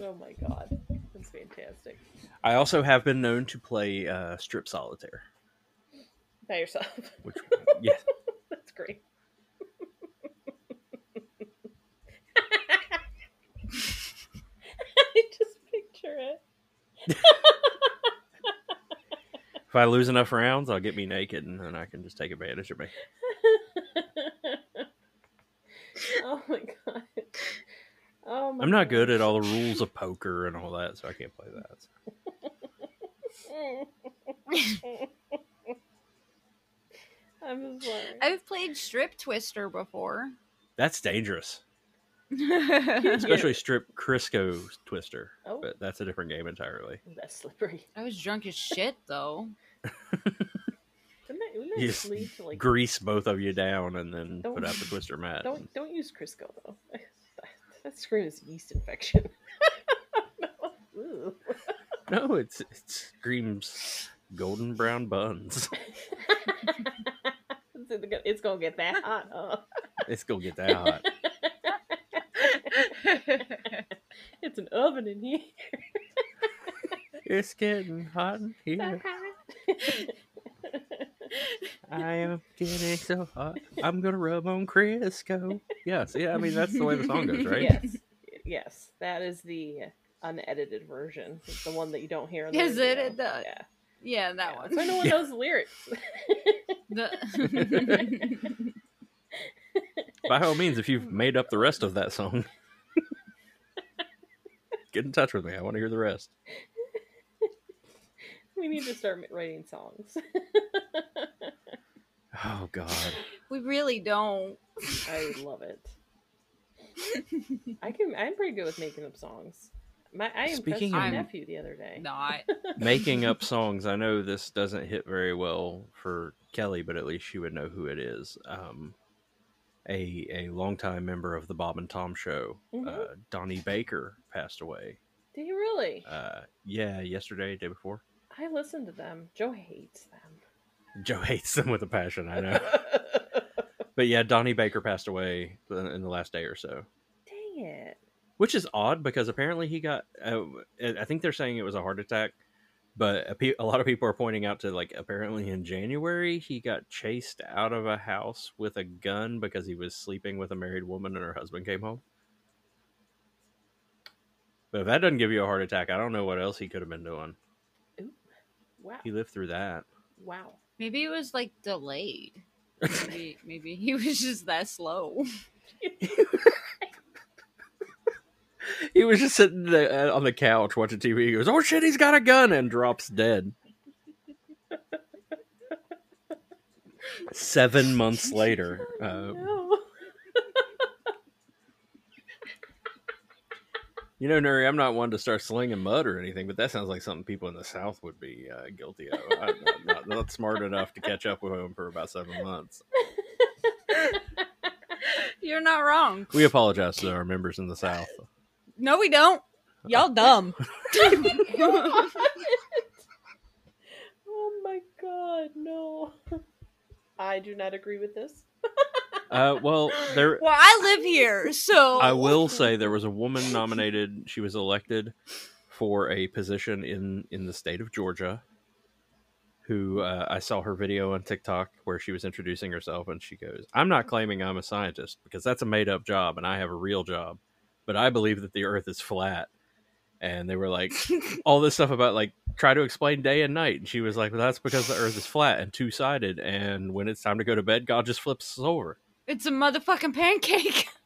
oh my god. That's fantastic.
I also have been known to play uh, strip solitaire,
By yourself. [laughs]
which yes,
That's great. [laughs] I just picture it. [laughs]
If I lose enough rounds, I'll get me naked, and then I can just take advantage of me.
oh my god. Oh my
I'm not good
God.
at all the rules of poker and all that, so I can't play that.
[laughs] I'm just sorry.
I've played Strip Twister before.
That's dangerous,
[laughs] I
especially strip Crisco Twister.
Oh.
But that's a different game entirely.
That's slippery.
was drunk as shit, though.
Wouldn't that, wouldn't that
You just
lead to like
Grease both of you down and then
Don't-
put out the Twister mat.
Don't don't use Crisco though. [laughs] that screams yeast infection. [laughs] Ooh.
[laughs]
[laughs]
No, it's it screams golden brown buns. [laughs]
it's gonna get that hot. Huh?
It's gonna get that hot.
[laughs] It's an oven in here.
It's getting hot in here.
Mm-hmm. [laughs]
I am getting so
[laughs]
hot. I'm gonna rub on Crisco. Yeah, see, I mean that's the way the song goes, right?
Yes, it yes, that is the unedited version. It's the one that you don't hear. In the
Is it?
radio.
It does.
Yeah.
Yeah, that
yeah.
one.
That's why no one
Yeah.
knows the lyrics.
[laughs]
The- [laughs]
By all means, if you've made up the rest of that song, get in touch with me. I want to hear the rest.
we need to start writing songs.
Oh God,
we really don't.
I love it. I can. I'm pretty good with making up songs. My I impressed
Speaking
my
of-
nephew the other day.
Not.
making up songs. I know this doesn't hit very well for Kelly, but at least she would know who it is. Um, a a longtime member of the Bob and Tom Show, uh,
Mhm.
Donnie Baker, passed away.
Did he really?
Uh, yeah, yesterday, day before.
I listened to them. Joe hates
[laughs]
them.
Joe hates them with a passion.
[laughs]
I know. But yeah, Donnie Baker passed away in in the last day or so,
Dang it.
which is odd because apparently he got. Uh, I think they're saying it was a heart attack, but a, pe- a lot of people are pointing out to like apparently in January he got chased out of a house with a gun because he was sleeping with a married woman and her husband came home. But if that doesn't give you a heart attack, I don't know what else he could have been doing.
Wow.
He lived through that.
Wow.
Maybe it was like delayed.
[laughs]
Maybe, maybe he was just that slow. [laughs]
He was just sitting there, uh, on the couch watching TV. He goes, "Oh shit, he's got a gun!" and drops dead. Seven months later,
[laughs]
uh,
no.
you know, Nuri, I'm not one to start slinging mud or anything, but that sounds like something people in the South would be uh, guilty of. I'm not, not- not smart enough to catch up with him for about seven months. uh,
[laughs]
You're not wrong.
We apologize to our members in the South.
No, we don't.
[laughs]
Y'all dumb.
oh my god, no. I do not agree with this.
Uh, well, there,
Well, I live here, so
[laughs] I will say there was a woman nominated. She was elected for a position in in the state of Georgia. Who uh, I saw her video on TikTok where she was introducing herself, and she goes, "I'm not claiming I'm a scientist because that's a made up job, and I have a real job, but I believe that the Earth is flat." And they were like, all this stuff about like try to explain day and night, and she was like, "Well, that's because the Earth is flat and two sided, and when it's time to go to bed, God just flips us over."
it's a motherfucking pancake. [laughs]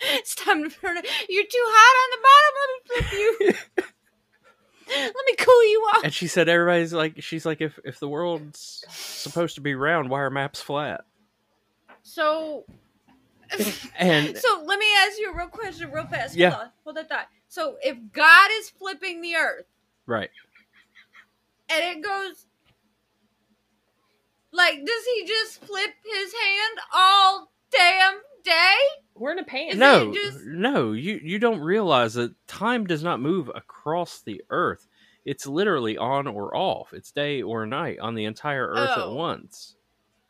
It's time to burn it. You're too hot on the bottom. Let me flip you. Let me cool you off.
and she said everybody's like she's like if if the world's supposed to be round why are maps flat
So,
and
so let me ask you a real question, real fast.
Yeah.
Hold on. Hold that thought. So, if God is flipping the earth
right
and it goes, like, does he just flip his hand all damn day?
We're in a pan.
Is
no
it just-
no you you don't realize that time does not move across the earth it's literally on or off it's day or night on the entire earth at
Oh.
once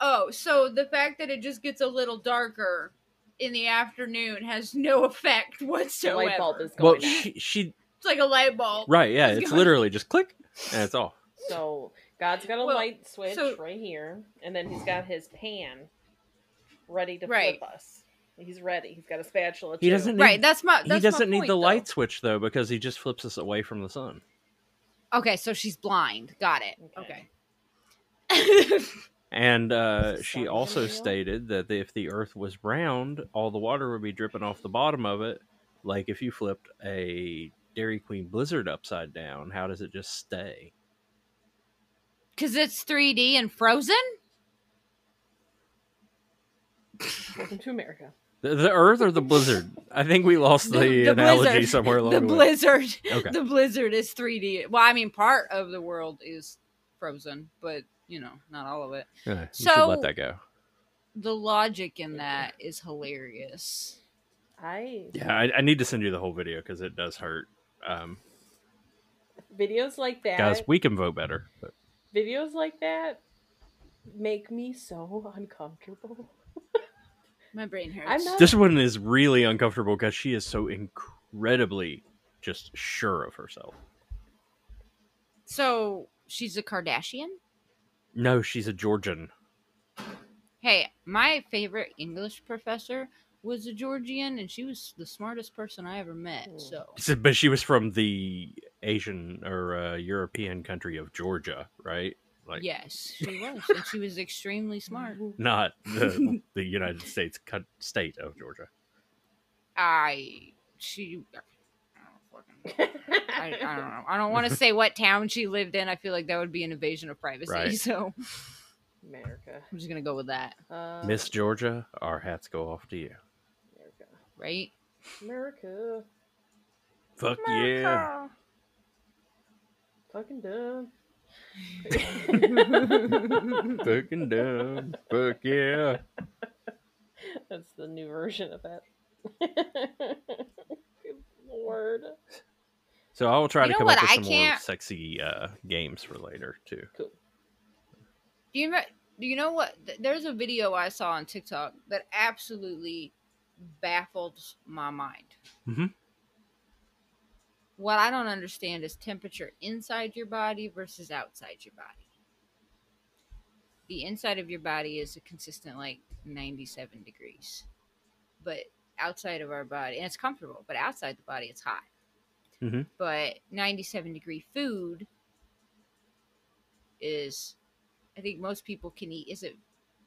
Oh, so the fact that it just gets a little darker in the afternoon has no [laughs] effect
The
whatsoever.
light bulb is going
well
out.
she, she
It's like a light bulb.
right yeah
It's
it's
going-
literally just click and it's off
So God's got a
Well,
light switch
so-
right here, and then he's got his pan ready to
Right.
flip us. He's ready. He's got a spatula.
He
too.
doesn't need-
Right, that's my.
he
That's
doesn't
my
need
point,
the
though.
light switch though because he just flips us away from the sun
Okay, so she's blind. Got it.
Okay.
Okay.
And
Is
uh,
it
she
sound
also
material?
stated that if the Earth was round, all the water would be dripping off the bottom of it. Like if you flipped a Dairy Queen Blizzard upside down, how does it just stay?
Because it's 3D and frozen?
Welcome to America.
The, the Earth or the Blizzard? I think we lost the, analogy somewhere along
the
the, way.
blizzard.
Okay.
[laughs] The blizzard is 3D. Well, I mean, part of the world is frozen, but, you know, not all of it.
Yeah, you should
So-
let that go.
The logic in that is hilarious.
I
Yeah, I, I need to send you the whole video because it does hurt. Um,
videos like that.
guys, we can vote better. But
videos like that make me so uncomfortable.
My brain hurts.
I'm not-
this one is really uncomfortable because she is so incredibly just sure of herself.
So she's a Kardashian?
No, she's a Georgian.
Hey, my favorite English professor was a Georgian, and she was the smartest person I ever met. So
So- But she was from the Asian or uh, European country of Georgia, right? Like,
yes,
[laughs]
she was, and she was extremely
[laughs]
smart.
not the,
[laughs]
the United States co- state of Georgia.
I she. I, I don't know. I
[laughs]
don't want to say what town she lived in. I feel like that would be an invasion of privacy.
Right.
[laughs] So
America.
I'm just gonna go with that,
Uh,
Miss Georgia, our hats go off to you.
America.
right?
America.
Fuck yeah.
Fucking dumb.
[laughs]
Fucking dumb. Fuck yeah.
That's the new version of it. [laughs] Good lord.
So I will try
You
to
know
come
what?
up with
I
some more
can't-
sexy uh, games for later too.
Do you remember, do you know what? th- There's a video I saw on TikTok that absolutely baffles my mind.
Mhm.
What I don't understand is temperature inside your body versus outside your body. The inside of your body is a consistent like 97 degrees, but outside of our body, and it's comfortable, but outside the body, it's hot.
Mhm.
But 97 degree food is I think most people can eat. Is it?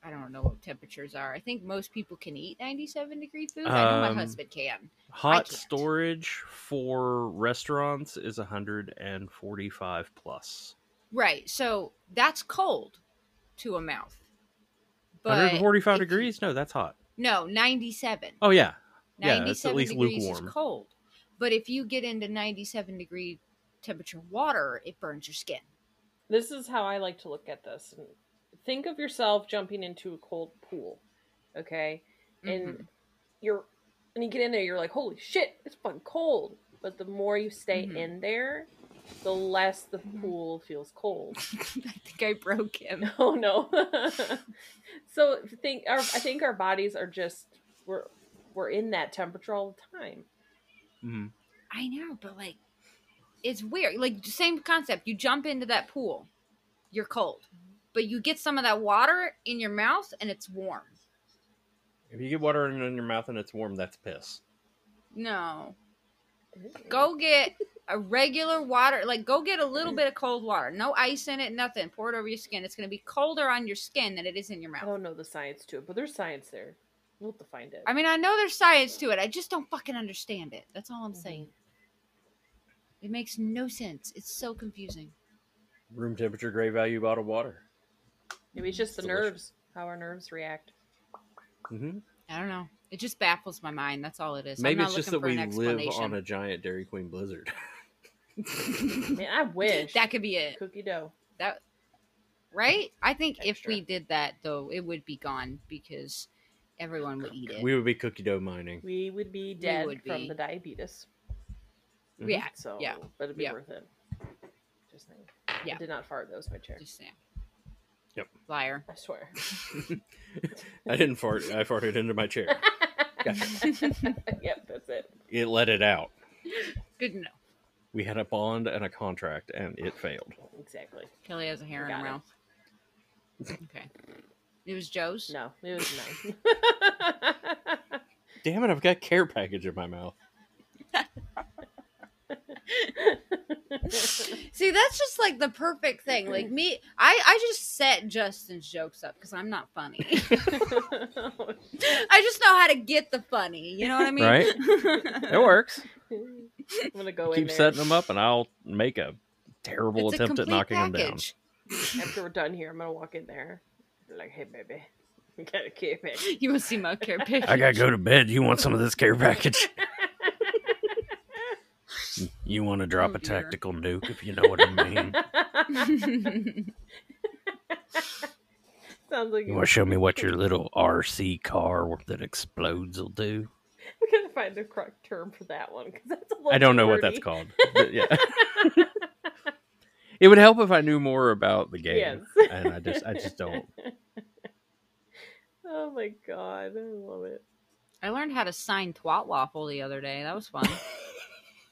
I don't know what temperatures are. I think most people can eat 97 degree food. I know
Um,
my husband can. can't.
Hot storage for restaurants is 145 plus.
Right. So that's cold to a mouth. But
145
if you-
degrees? No, that's hot.
No, 97.
Oh yeah. Yeah,
97
that's at least
degrees
lukewarm.
is cold. But if you get into 97 degree temperature water, it burns your skin.
This is how I like to look at this. Think of yourself jumping into a cold pool, okay?
Mhm.
And you're, and you get in there, you're like, holy shit, it's fun cold. But the more you stay
Mhm.
in there, the less the pool feels cold.
Mm-hmm.
[laughs] I think I broke
[laughs]
him.
Oh no. [laughs] so if you think our, I think our bodies are just we're we're in that temperature all the time.
Mhm.
I know, but like, it's weird. Like, same concept. You jump into that pool, you're cold, but you get some of that water in your mouth and it's warm.
If you get water in in your mouth and it's warm, that's piss.
No, go get a regular water. Like, go get a little bit of cold water. No ice in it, nothing. Pour it over your skin. It's going to be colder on your skin than it is in your
I
mouth.
don't know the science to it, but there's science there. We'll have to find it.
I mean, I know there's science to it. I just don't fucking understand it. That's all I'm saying. It makes no sense. It's so confusing.
Room temperature, gray value bottled water.
Maybe it's just the
Delicious.
nerves, how our nerves react.
hmm
I don't know. It just baffles my mind. That's all it is.
Maybe
I'm
it's
not
just that
looking for
we
an
live
explanation.
on a giant Dairy Queen blizzard. [laughs]
I mean, I wish
that could be it.
cookie dough.
That right? I think if
Extra.
we did that though, it would be gone because everyone would eat it.
we would be cookie dough mining. [laughs]
We would be dead
would
from
be.
the diabetes.
Mhm.
yeah,
So
yeah,
but it'd be
yeah.
worth it. Just saying.
Yeah.
I did not fart, that was my chair.
just saying.
Yep.
Liar.
I
[laughs]
swear. [laughs]
I didn't fart. I farted into
[laughs]
my chair.
yep, that's it.
It let it out.
Good to know.
We had a bond and a contract, and it failed.
Exactly.
Kelly has a hair in her
Got it.
mouth. Okay. It was Joe's.
No, it was nine. [laughs]
Damn it! I've got care package in my mouth.
[laughs] See, that's just like the perfect thing. Like me, I I just set Justin's jokes up because I'm not funny. [laughs] I just know how to get the funny. You know what I mean? [laughs]
Right. [laughs] It works.
I'm gonna go in
Keep
there
setting them up, and I'll make a terrible
It's a
attempt at
complete
knocking them down.
package. [laughs]
after we're done here. I'm gonna walk in there, be like, "Hey, baby, you gotta keep it."
You will see my care package.
I gotta go to bed. You want some of this care package? You want to drop
Oh,
a
dear.
tactical nuke, if you know what I mean. Hmm.
[laughs]
[laughs]
Sounds like
You want to show me what your little RC car that explodes will do?
we gotta find the correct term for that one because that's a little.
I don't know what that's called. but yeah. it would help if I knew more about the game,
Yes.
and I just, I just don't.
[laughs] Oh my god, I love it.
I learned how to sign twat waffle the other day. That was fun.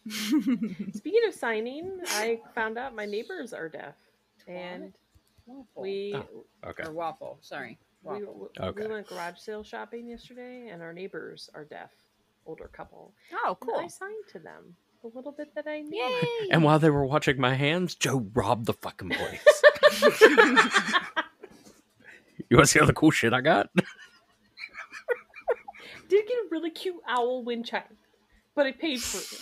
Speaking of signing, I found out my neighbors are deaf, [laughs] and we
Okay.
[laughs] Or waffle, sorry.
We,
Wow.
w-
Okay.
we went garage sale shopping yesterday, and our neighbors are deaf, older couple.
Oh,
And I
cool.
signed to them the little bit that I knew.
Yay.
And while they were watching my hands, Joe robbed the fucking place. you want to see all the cool shit I got?
[laughs] Did get a really cute owl wind chime, but I paid for it.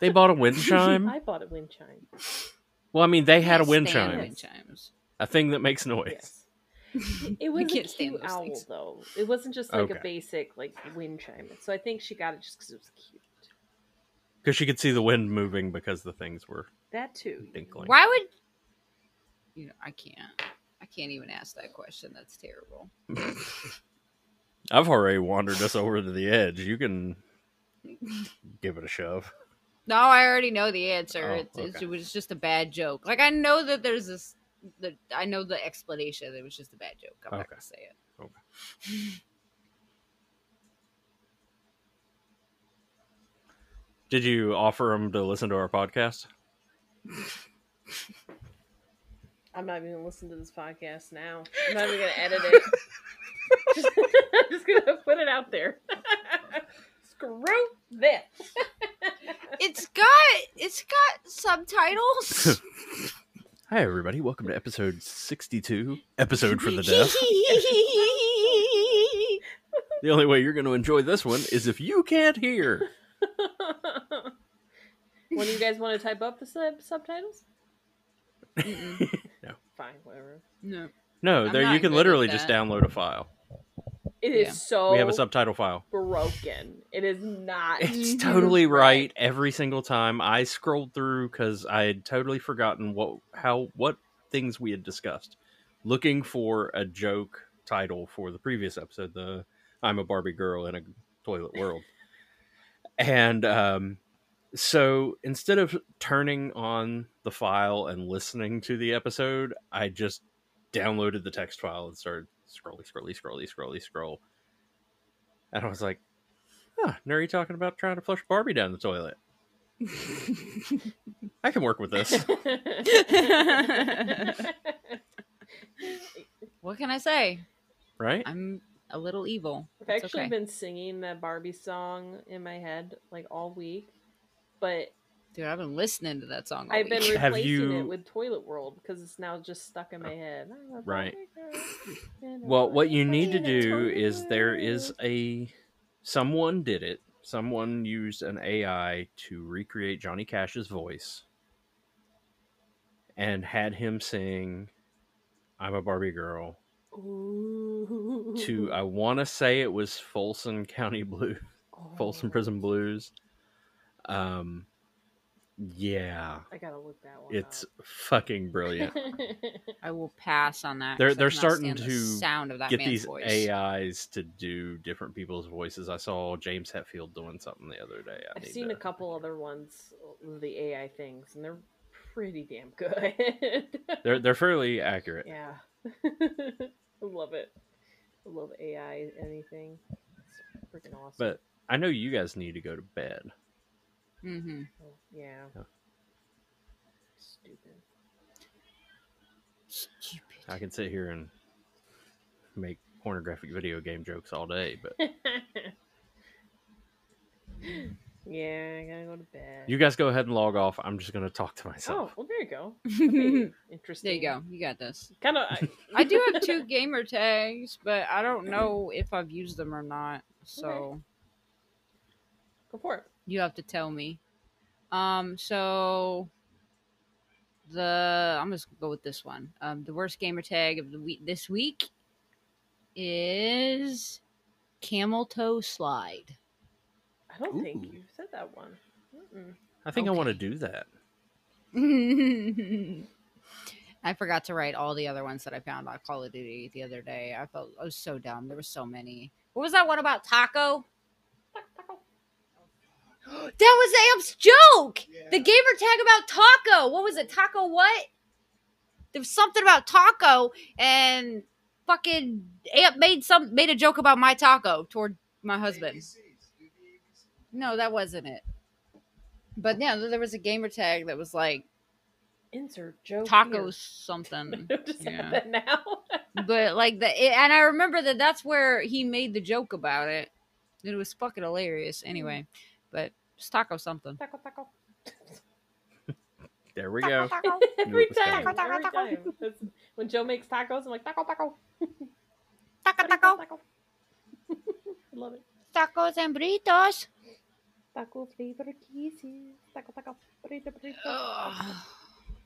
They bought a wind chime.
I bought a wind chime.
Well, I mean, they had a
Can't
wind
stand
chime,
wind chimes.
a thing that makes noise.
Yes. It- It was a
can't stand
cute
those
owl,
things.
though. It wasn't just like
Okay.
a basic like wind chime. So I think she got it just because it was cute.
Because you could see the wind moving because the things were
That too.
dinkling.
Why would you know? I can't. I can't even ask that question. That's terrible.
I've already wandered us over to the edge. You can give it a shove.
No, I already know the answer.
Oh,
it's, it's,
okay.
it was just a bad joke. Like I know that there's this. The, I know the explanation. It was just a bad joke. I'm not
Okay.
gonna say it.
Did you offer them to listen to our podcast?
I'm not even gonna listen to this podcast now. I'm not even gonna edit it. just, I'm [laughs] just gonna put it out there. [laughs] Screw this. [laughs]
It's got it's got
[laughs]
subtitles.
Hi, everybody. Welcome to episode 62, episode
[laughs]
for the deaf.
That's
[laughs] the only way you're going to enjoy this one is if you can't hear.
[laughs] when you guys want to type up the sub- subtitles,
[laughs]
No.
fine, whatever.
no.
No,
I'm
there
not
you can
good at
literally just
that. Oh.
download a file.
It is
Yeah.
so
We have a subtitle file.
broken. It is not.
It's totally right every single time. I scrolled through because I had totally forgotten what how what things we had discussed, looking for a joke title for the previous episode. The I'm a Barbie girl in a toilet world, and um, so instead of turning on the file and listening to the episode, I just downloaded the text file and started scrolly, scrolly, scrolly, scrolly, scroll, and I was like. Huh, Nuri talking about trying to flush Barbie down the toilet. I can work with
[laughs]
this.
What can I say?
Right?
[laughs] I'm a little evil.
I've
It's
actually
okay.
been singing the Barbie song in my head like all week, but
Dude, I've been listening to that song. All
I've been
week.
replacing
Have
it
you-
with Toilet World because it's now just stuck in my head. I'm a
Right.
Barbie girl in a
Well, what you
Barbie
need to
in a
do
Toilet
is there is
World.
a someone did it. Someone used an AI to recreate Johnny Cash's voice and had him sing I'm a Barbie girl
Ooh.
to uh, I want to say it was Folsom County [laughs] Blues. Folsom
Oh,
Prison Blues. Um yeah,
I gotta look that one.
it's fucking
[laughs]
brilliant.
up.
I will pass on that.
They're-
'cause I
they're
cannot
starting
stand the
to
sound of that
get
man's
these
voice.
AIs to do different people's voices. I saw James Hetfield doing something the other day. I
I've
need
seen
to-
a couple other ones, the AI things, and they're pretty damn good. [laughs]
They're they're fairly accurate.
yeah, [laughs] I love it. I love AI anything. It's freaking awesome.
But I know you guys need to go to bed.
hmm
Oh, yeah.
Yeah.
Stupid. [laughs]
Stupid.
I can sit here and make pornographic video game jokes all day,
[laughs]
but
yeah, I gotta go to bed.
you guys go ahead and log off. I'm just gonna talk to
Oh,
myself.
well, there you
[laughs]
go.
Mm-hmm.
[laughs]
there
Interesting.
you go. You got this.
Kind of.
I do have two gamer tags, but I don't know if I've used them or not. So
[laughs] Go for it.
you have to tell me. Um, so the I'm just gonna go with this one. Um, the worst gamer tag of the week this week is camel toe slide.
I don't think
Ooh.
you said that one. Mm-mm.
I think I want to
okay.
do that.
[laughs] I forgot to write all the other ones that I found on Call of Duty the other day. I felt I was so dumb. There were so many. What was that one about taco? [gasps] that was Amp's joke. The gamer tag about taco. What was it? Taco what? There was something about taco and fucking Amp made some made a joke about my taco toward my husband. No, that wasn't it. But yeah, there was a gamer tag that was like
Insert joke. [laughs]
tacos something.
Here. Just
Yeah.
have that now.
but like the it, and I remember that that's where he made the joke about it. It was fucking hilarious. Anyway, but it's taco
[laughs]
something.
Taco, taco.
There
[laughs]
we go.
[laughs] every
Nope, it's
time,
taco,
every
taco.
time. That's, when Joe makes tacos, I'm like taco, taco,
Taco,
[laughs] taco,
taco,
taco. [laughs] I love it.
tacos and [sighs] burritos.
Taco flavor kisses. Taco, taco, burrito, burrito.
Mm-hmm.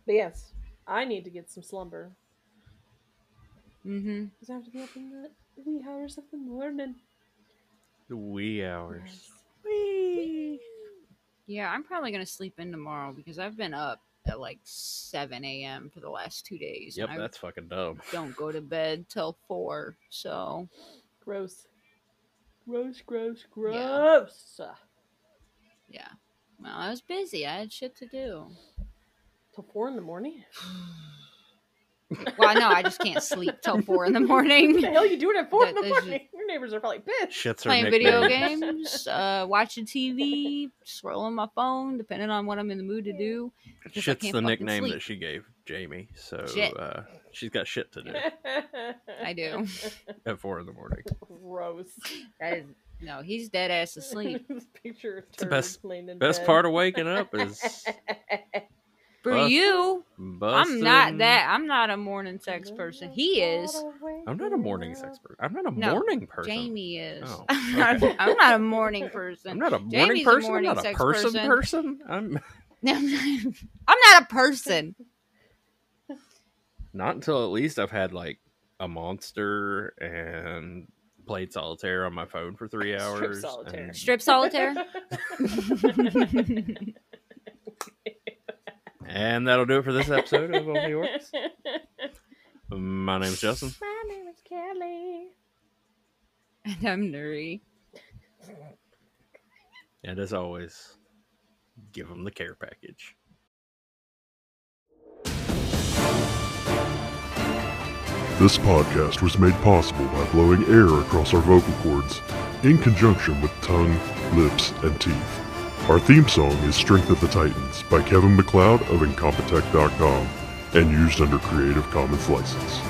But yes, I need to get some slumber
Mm-hmm.
because I have to be up in the wee hours of the morning.
The wee hours.
Yeah, I'm probably gonna sleep in tomorrow because I've been up at like 7 a.m. for the last two days.
Yep,
and I
that's fucking dumb.
don't go to bed till four. So
Gross. Gross, gross,
Yeah.
gross. Uh,
yeah. Well, I was busy. I had shit to do.
Till four in the morning?
Well, no, I just can't sleep till four in the morning. [laughs]
What the hell you doing at four in
That-
the
that's just-
morning? Your neighbors are probably pissed.
Shits are
playing video
nicknames.
games, uh, watching TV, scrolling my phone, depending on what I'm in the mood to do. 'cause I
Shit's
can't
the
fucking
nickname that
sleep.
she gave Jamie. So
Shit.
uh, she's got
[laughs]
shit to do
[laughs]
I do.
at four in the morning.
gross.
[laughs] That is, no, he's dead ass
[laughs]
asleep.
this picture of
the
turd
best-
laying in
Best
bed. [laughs]
part of waking up is
For
Bust-
you, I'm
bustin'.
not that. I'm not a morning sex
Best
person. He
part
is.
of waking
I'm not a
[laughs]
morning sex
up.
person. I'm not a
No,
morning person.
Jamie is.
Oh,
[laughs] I'm, not,
okay.
I'm not a morning
I'm [laughs]
person.
not a morning
Jamie's a
person.
morning
I'm not a
sex
person
person.
person. I'm [laughs]
I'm not a person.
not until at least I've had like a monster and played solitaire on my phone
[laughs]
for three
Strip
hours.
solitaire.
and-
Strip
[laughs]
solitaire. [laughs]
And that'll do it for this episode of
[laughs]
[laughs]
Only Orcs. My name's Justin.
My name is Kelly.
and I'm Nuri.
And as always, give them the care package.
This podcast was made possible by blowing air across our vocal cords in conjunction with tongue, lips, and teeth. Our theme song is Strength of the Titans by Kevin McLeod of Incompetech.com and used under Creative Commons license.